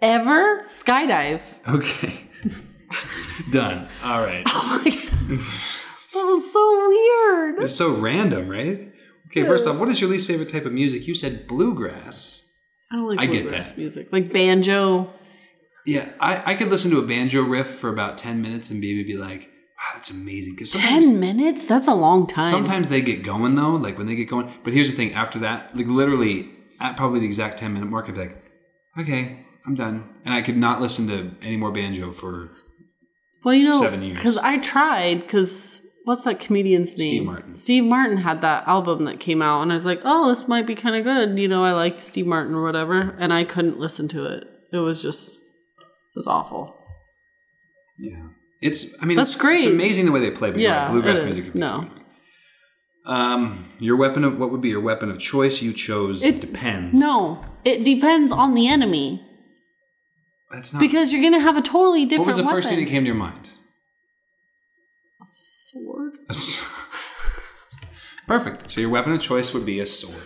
Ever? Skydive. *laughs*
Okay. *laughs* Done. All right.
Oh
*laughs*
that was so weird.
It's so random, right? Okay, first off, what is your least favorite type of music? You said bluegrass.
I don't like
I get
bluegrass
that.
music. Like banjo.
Yeah, I, I could listen to a banjo riff for about 10 minutes and maybe be like, wow, that's amazing. Because sometimes,
Ten minutes? That's a long time.
sometimes they get going, though, like when they get going. But here's the thing after that, like literally at probably the exact 10 minute mark, I'd be like, okay, I'm done. And I could not listen to any more banjo for
Well, you know,
Seven years.
Because I tried. Because what's that comedian's name?
Martin.
Steve Martin had that album that came out, and I was like, "Oh, this might be kind of good." You know, I like Steve Martin or whatever, and I couldn't listen to it. It was just, it was awful.
Yeah. It's, I mean,
That's
it's,
great.
It's amazing the way they play, but yeah,
Yeah,
bluegrass
it is.
music. would be
No.
boring. Um, your weapon of, what would be your weapon of choice? You chose,
It-
depends.
No, it depends on the enemy
That's not,
because you're gonna have a totally different.
what was the
weapon.
first thing that came to your mind? *laughs*
Sword.
Perfect. So your weapon of choice would be a sword.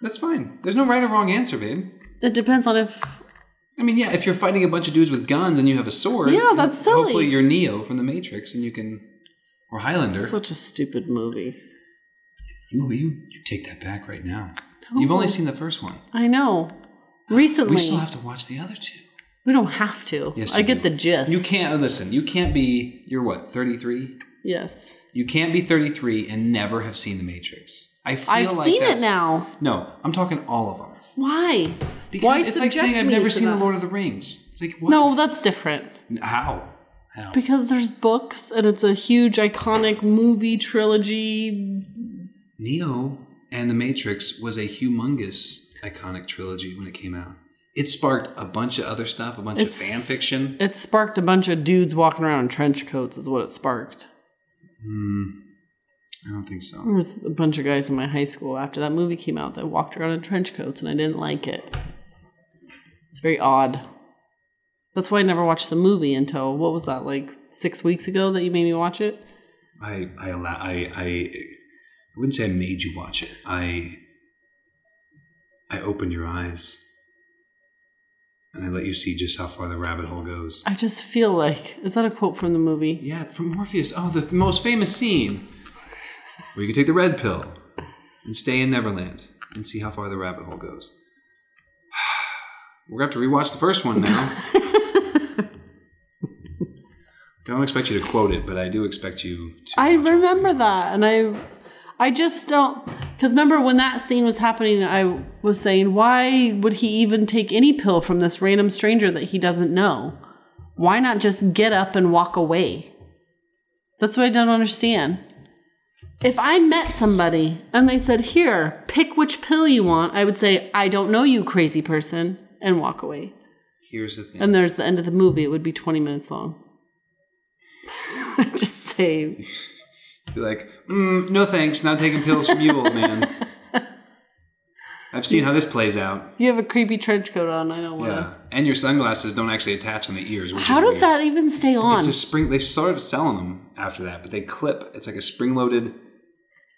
That's fine. There's no right or wrong answer, babe.
It depends on if
I mean, yeah, if you're fighting a bunch of dudes with guns and you have a sword,
Yeah, that's silly.
Hopefully, you're Neo from the Matrix, and you can, or Highlander.
such a stupid movie.
you, you you take that back right now. You've only seen the first one.
I know. Recently,
We
we,
still have to watch the other two.
don't have to.
Yes,
I
you
get
do.
the gist.
You can't listen. You can't be. You're what? Thirty three.
Yes,
You can't be thirty three and never have seen the Matrix. I feel
I've
like
seen it
that's-
now.
No, I'm talking all of them.
Why?
Because
Why
it's like
subject
saying I've
me
never
to
seen
that?
The Lord of the Rings. It's like what?
No, that's different.
how? How?
Because there's books and it's a huge iconic movie trilogy.
Neo and The Matrix was a humongous iconic trilogy when it came out. It sparked a bunch of other stuff, a bunch
It's-
of fan fiction.
It sparked a bunch of dudes walking around in trench coats is what it sparked.
I don't think so.
There was a bunch of guys in my high school after that movie came out that walked around in trench coats and I didn't like it. It's very odd. That's why I never watched the movie until what was that like 6 weeks ago that you made me watch it?
I I allow I I I wouldn't say I made you watch it. I I opened your eyes and I let you see just how far the rabbit hole goes.
I just feel like is that a quote from the movie?
Yeah, from Morpheus. Oh, the most famous scene. Where you can take the red pill and stay in Neverland and see how far the rabbit hole goes. *sighs* We're gonna have to rewatch the first one
*laughs*
now. I don't expect you to quote it, but I do expect you to.
I
watch it.
remember that, and I, I just don't. Because remember when that scene was happening, I was saying, why would he even take any pill from this random stranger that he doesn't know? Why not just get up and walk away? That's what I don't understand. If I met somebody and they said, "Here, pick which pill you want," I would say, "I don't know you, crazy person," and walk away.
Here's the thing.
And there's the end of the movie. It would be 20 minutes long. *laughs* just saying.
Be like, mm, no thanks, not taking pills from you, old
*laughs*
man. I've seen how this plays out.
You have a creepy trench coat on. I don't want to.
Yeah, and your sunglasses don't actually attach on the ears. Which
How
is
does
weird.
that even stay on?
It's a spring. They started selling them after that, but they clip. It's like a spring-loaded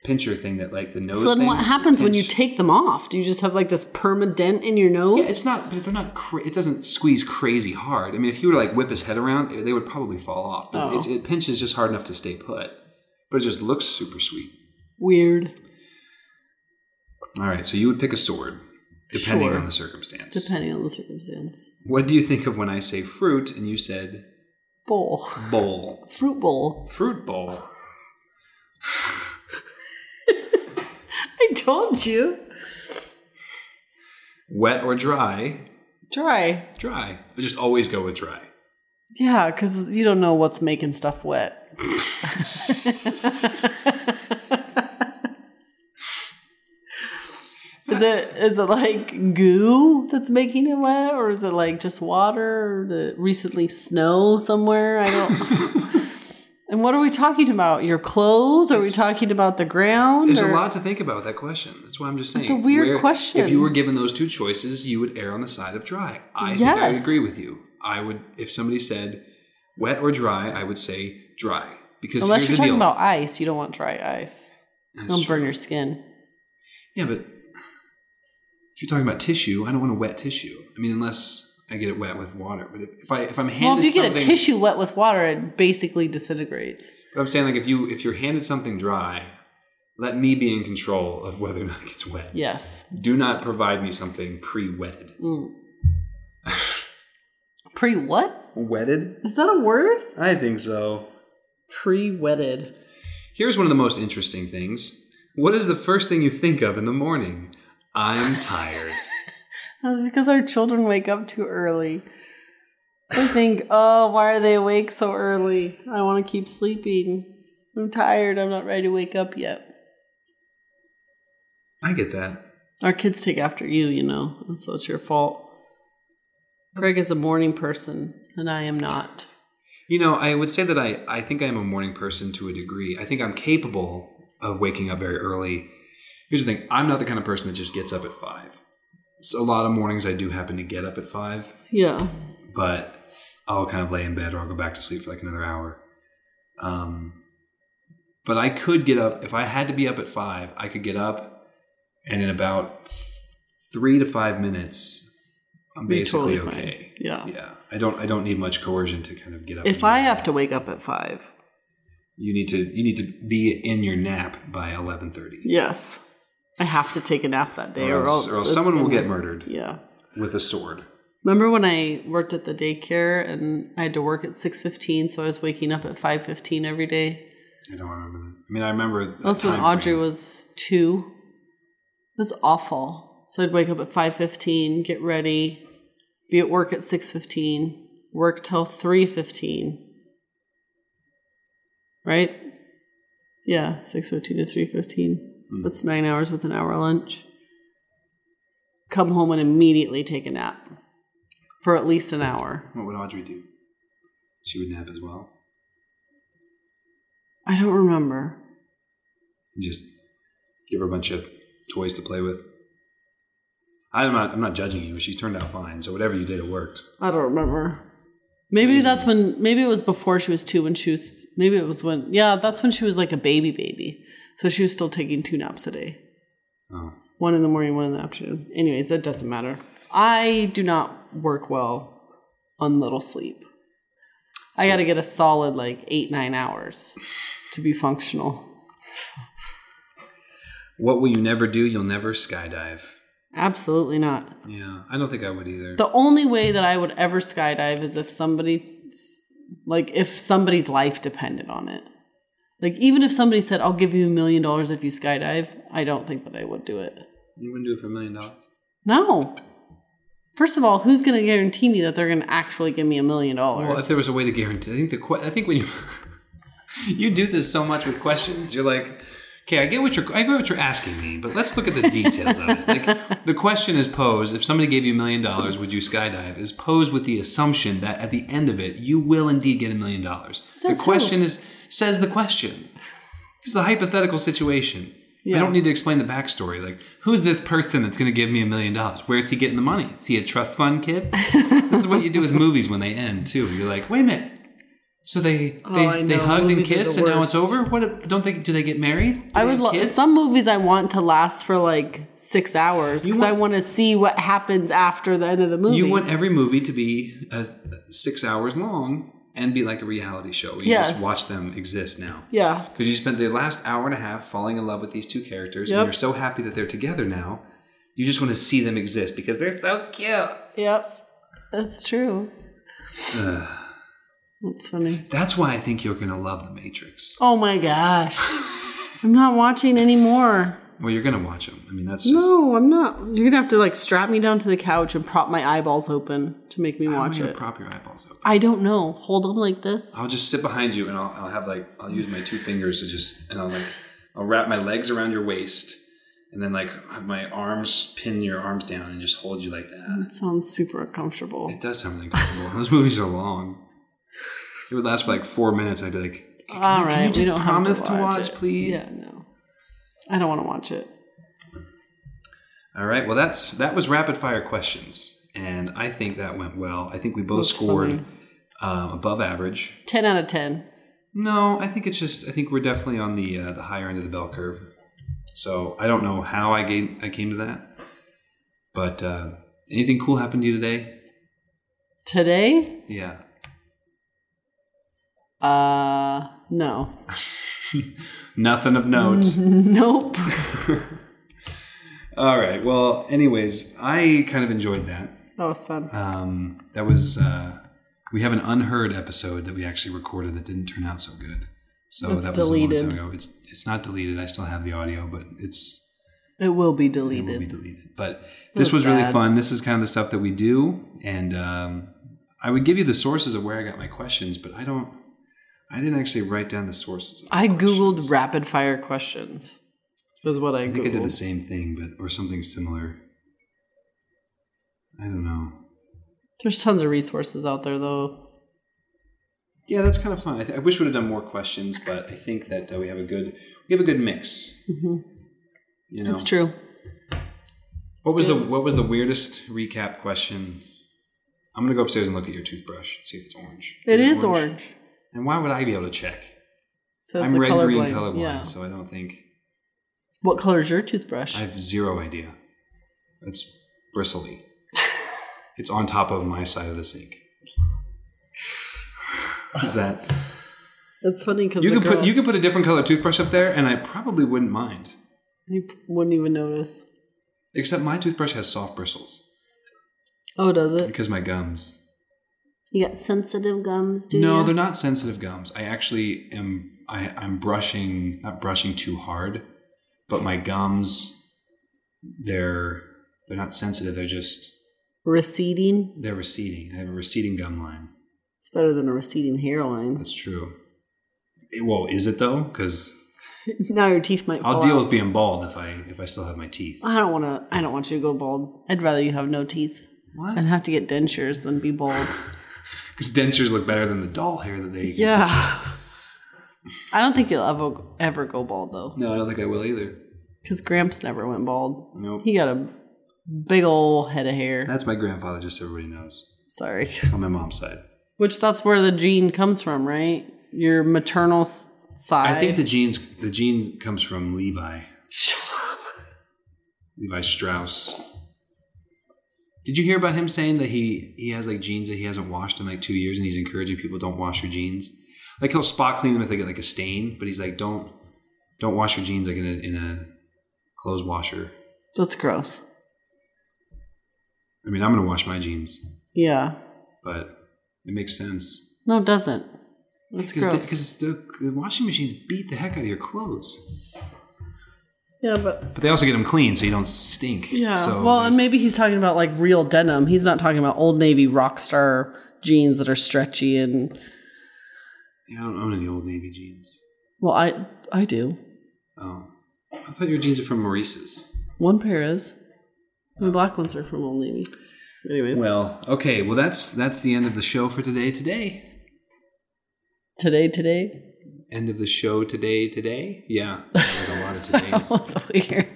pincher thing that, like the nose.
So then, what
things
happens when you
pinch.
take them off? Do you just have like this perma dent in your nose?
Yeah, it's not. But they're not. Cra- it doesn't squeeze crazy hard. I mean, if he were to like whip his head around, they, they would probably fall off. But
Oh.
it's, it pinches just hard enough to stay put. But it just looks super sweet.
Weird.
All right, so you would pick a sword, depending
Sure.
on the circumstance.
Depending on the circumstance.
what do you think of when I say fruit and you said
Bowl.
bowl?
Fruit bowl. *laughs*
Fruit bowl.
I told you.
Wet or dry?
Dry.
Dry. I just always go with dry.
Yeah, because you don't know what's making
*laughs*
stuff wet. Is it is it like goo that's making it wet, or is it like just water? Or did it recently snow somewhere? I
*laughs*
don't. and what are we talking about? Your clothes? Are
It's-
we talking about the ground?
There's a
or-
lot to think about with that question. That's why I'm just saying.
It's a weird
where-
question.
If you were given those two choices, you would err on the side of dry. I think I would
Yes.
agree with you. I would, if somebody said wet or dry, I would say dry because
Unless
here's
you're
the
talking
deal.
about ice, you don't want dry ice.
That's
It'll
true.
burn your skin.
Yeah, but if you're talking about tissue, I don't want a wet tissue. I mean, unless I get it wet with water. But if I if I'm handed
well, if you
something,
get a tissue wet with water, it basically disintegrates.
but I'm saying like if you if you're handed something dry, let me be in control of whether or not it gets wet.
Yes.
Do not provide me something pre-wetted.
Mm. Pre what?
Wetted?
Is that a word?
I think so.
Pre wetted.
Here's one of the most interesting things. What is the first thing you think of in the morning? *laughs* I'm tired.
That's because our children wake up too early. So I think, *laughs* oh, why are they awake so early? I want to keep sleeping. I'm tired. I'm not ready to wake up yet.
I get that.
Our kids take after you, you know, and so it's your fault. Greg is a morning person, and I am not.
You know, I would say that I, I think I'm a morning person to a degree. I think I'm capable of waking up very early. Here's the thing I'm not the kind of person that just gets up at five. So a lot of mornings I do happen to get up at five,
Yeah.
but I'll kind of lay in bed or I'll go back to sleep for like another hour. Um, but I could get up, if I had to be up at five, I could get up and in about three to five minutes, I'm
You're
basically
totally fine.
okay.
Yeah.
Yeah, I don't. I don't need much coercion to kind of get up. and
If
do
I
that.
have to wake up at five,
You need to you need to be in your nap by eleven thirty,
yes, I have to take a nap that day, or else,
or else
it's
someone will
gonna-
get murdered
Yeah.
with a sword.
Remember when I worked at the daycare and I had to work at six fifteen, so I was waking up at five fifteen every day.
I don't remember that. I mean, I remember that
That's when
time
Audrey
frame.
was two. It was awful. So I'd wake up at five fifteen, get ready, be at work at six fifteen, work till three fifteen. Right? Yeah, six fifteen to three fifteen.
Mm.
That's nine hours with an hour lunch. Come home and immediately take a nap for at least an hour.
What would Audrey do? She would nap as well.
I don't remember.
And just give her a bunch of toys to play with. I'm not. I'm not judging you. She turned out fine. So whatever you did, it worked.
I don't remember. Maybe that's when. Maybe it was before she was two. When she was. Maybe it was when. Yeah, that's when she was like a baby baby. So she was still taking two naps a day.
Oh,
One in the morning, one in the afternoon. Anyways, that doesn't matter. I do not work well on little sleep. I got to get a solid like eight nine hours to be functional.
what will you never do? You'll never skydive.
Absolutely not.
Yeah, I don't think I would either.
The only way that I would ever skydive is if somebody, like, if somebody's life depended on it. Like, even if somebody said, I'll give you a million dollars if you skydive, I don't think that I would do it.
you wouldn't do it for a million dollars.
No. First of all, who's going to guarantee me that they're going to actually give me a million
Well, if
dollars?
there was a way to guarantee, I think the que- I think when you *laughs* you do this so much with questions, you're like, okay, I get what you're I get what you're asking me, but let's look at the details of it. Like the question is posed: if somebody gave you a million dollars, would you skydive? Is posed with the assumption that at the end of it, you will indeed get a million dollars. The
Says who?
question is says the question. It's a hypothetical situation. I
Yeah.
don't need to explain the backstory. Like, who's this person that's going to give me a million dollars? Where's he getting the money? Is he a trust fund
*laughs*
kid? this is what you do with movies when they end too. You're like, wait a minute. So they they,
Oh, I
they
know.
hugged and
Movies are the
kissed, and now it's
worst.
over. What don't they? Do they get married? Do
I
they
would
have
love
kids?
some movies I want to last for like six hours
You
because I
want-
want to see what happens after the end of the movie.
You want every movie to be uh, six hours long and be like a reality show. Where you
Yes.
just watch them exist now.
yeah.
Because you spent the last hour and a half falling in love with these two characters,
Yep.
and you're so happy that they're together now. You just want to see them exist because they're so cute.
Yep.
*sighs*
That's true. That's funny.
That's why I think you're going to love The Matrix.
Oh my gosh. I'm not watching anymore.
Well, you're going to watch them. I mean, that's just.
No, I'm not. You're going to have to like strap me down to the couch and prop my eyeballs open to make me
I'm
watch
going to
it.
prop your eyeballs open.
I don't know. Hold them like this.
I'll just sit behind you and I'll, I'll have like I'll use my two fingers to just and I'll like I'll wrap my legs around your waist and then like have my arms pin your arms down and just hold you like that.
That sounds super uncomfortable.
It does sound really comfortable. Those movies are long. It would last for like four minutes. I'd be like, can, you-
All
can
right,
you just
we don't
promise
have
to watch,
it.
please?
Yeah, no, I don't want to watch it.
All right. Well, that's that was rapid fire questions, and I think that went well. I think we both
That's
scored
fine.
um, above average.
Ten out of ten.
No, I think it's just I think we're definitely on the uh, the higher end of the bell curve. So I don't know how I came I came to that, but uh, anything cool happened to you today?
Today,
Yeah. *laughs*
uh, no,
Nothing of note.
*laughs* nope.
*laughs* All right. Well, anyways, I kind of enjoyed that.
That was fun.
Um, that was uh, we have an unheard episode that we actually recorded that didn't turn out so good. So
It's
that was a long
deleted.
time ago. It's it's not deleted. I still have the audio, but it's
It will be
it will
deleted.
be deleted. But this
was
was really
bad.
fun. This is kind of the stuff that we do, and um, I would give you the sources of where I got my questions, but I don't. I didn't actually write down the sources. Of
I
my
googled
questions.
rapid fire questions. Is what I,
I
googled.
think I did the same thing, but or something similar. I don't know.
There's tons of resources out there, though.
Yeah, that's kind of fun. I, th- I wish we'd have done more questions, but I think that uh, we have a good we have a good mix. You know,
It's Mm-hmm. true.
What was the
good.
what was the weirdest recap question? I'm gonna go upstairs and look at your toothbrush and see if it's orange.
It is, orange.
And why would I be able to check?
Says
I'm
the
red
colorblind.
green colorblind,
Yeah.
so I don't think
What color is your toothbrush?
I have zero idea. It's bristly. it's on top of my side of the sink. Is that
That's funny because
you could put you could put a different color toothbrush up there, and I probably wouldn't mind.
you p- wouldn't even notice.
Except my toothbrush has soft bristles
Oh, does it?
because my gums.
You got sensitive gums, do
no,
you?
they're not sensitive gums. I actually am. I, I'm brushing, not brushing too hard, but my gums, they're they're not sensitive. They're just
receding.
they're receding. I have a receding gum line.
It's better than a receding hairline. *laughs*
That's true. It- well, is it though? Because
now your teeth might.
I'll
fall
deal
out.
with being bald if I if I still have my teeth.
I don't want to. I don't want you to go bald. I'd rather you have no teeth
What?
and have to get dentures than be *laughs* bald.
Because dentures look better than the doll hair that they.
yeah. I don't think you'll ever ever go bald though,
No, I don't think I will either.
because Gramps never went bald.
Nope.
He got a big ol' head of hair.
That's my grandfather. Just so everybody knows.
Sorry.
On my mom's side.
Which that's where the gene comes from, right? Your maternal s- side.
I think the genes the gene comes from Levi. Levi Strauss. Did you hear about him saying that he he has like jeans that he hasn't washed in like two years, and he's encouraging people don't wash your jeans. Like he'll spot clean them if they get like a stain, but he's like don't don't wash your jeans like in a in a clothes washer.
*laughs* that's gross.
I mean, I'm gonna wash my jeans,
Yeah.
but it makes sense
No, it doesn't. That's
because
gross.
because the, the washing machines beat the heck out of your clothes,
yeah, but
but they also get them clean so you don't stink.
yeah.
So
well, and
there's-
maybe he's talking about like real denim. He's not talking about old navy rock star jeans that are stretchy and
Yeah, I don't own any old navy jeans.
well, I I do.
Oh. I thought your jeans are from Maurice's.
One pair is. My black ones are from Old Navy. Anyways,
Well, okay, well that's that's the end of the show for today today.
today, today,
End of the show today today. Yeah. That was a lot of
*laughs*
todays.
was weird.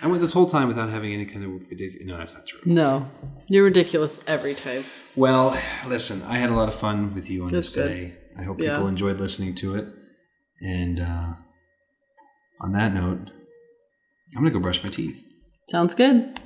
I went this whole time without having any kind of ridiculous No, that's not true.
No, you're ridiculous every time.
Well, listen, I had a lot of fun with you on
That's
this
good.
today. I hope
Yeah.
people enjoyed listening to it. And uh on that note, I'm gonna go brush my teeth.
Sounds good.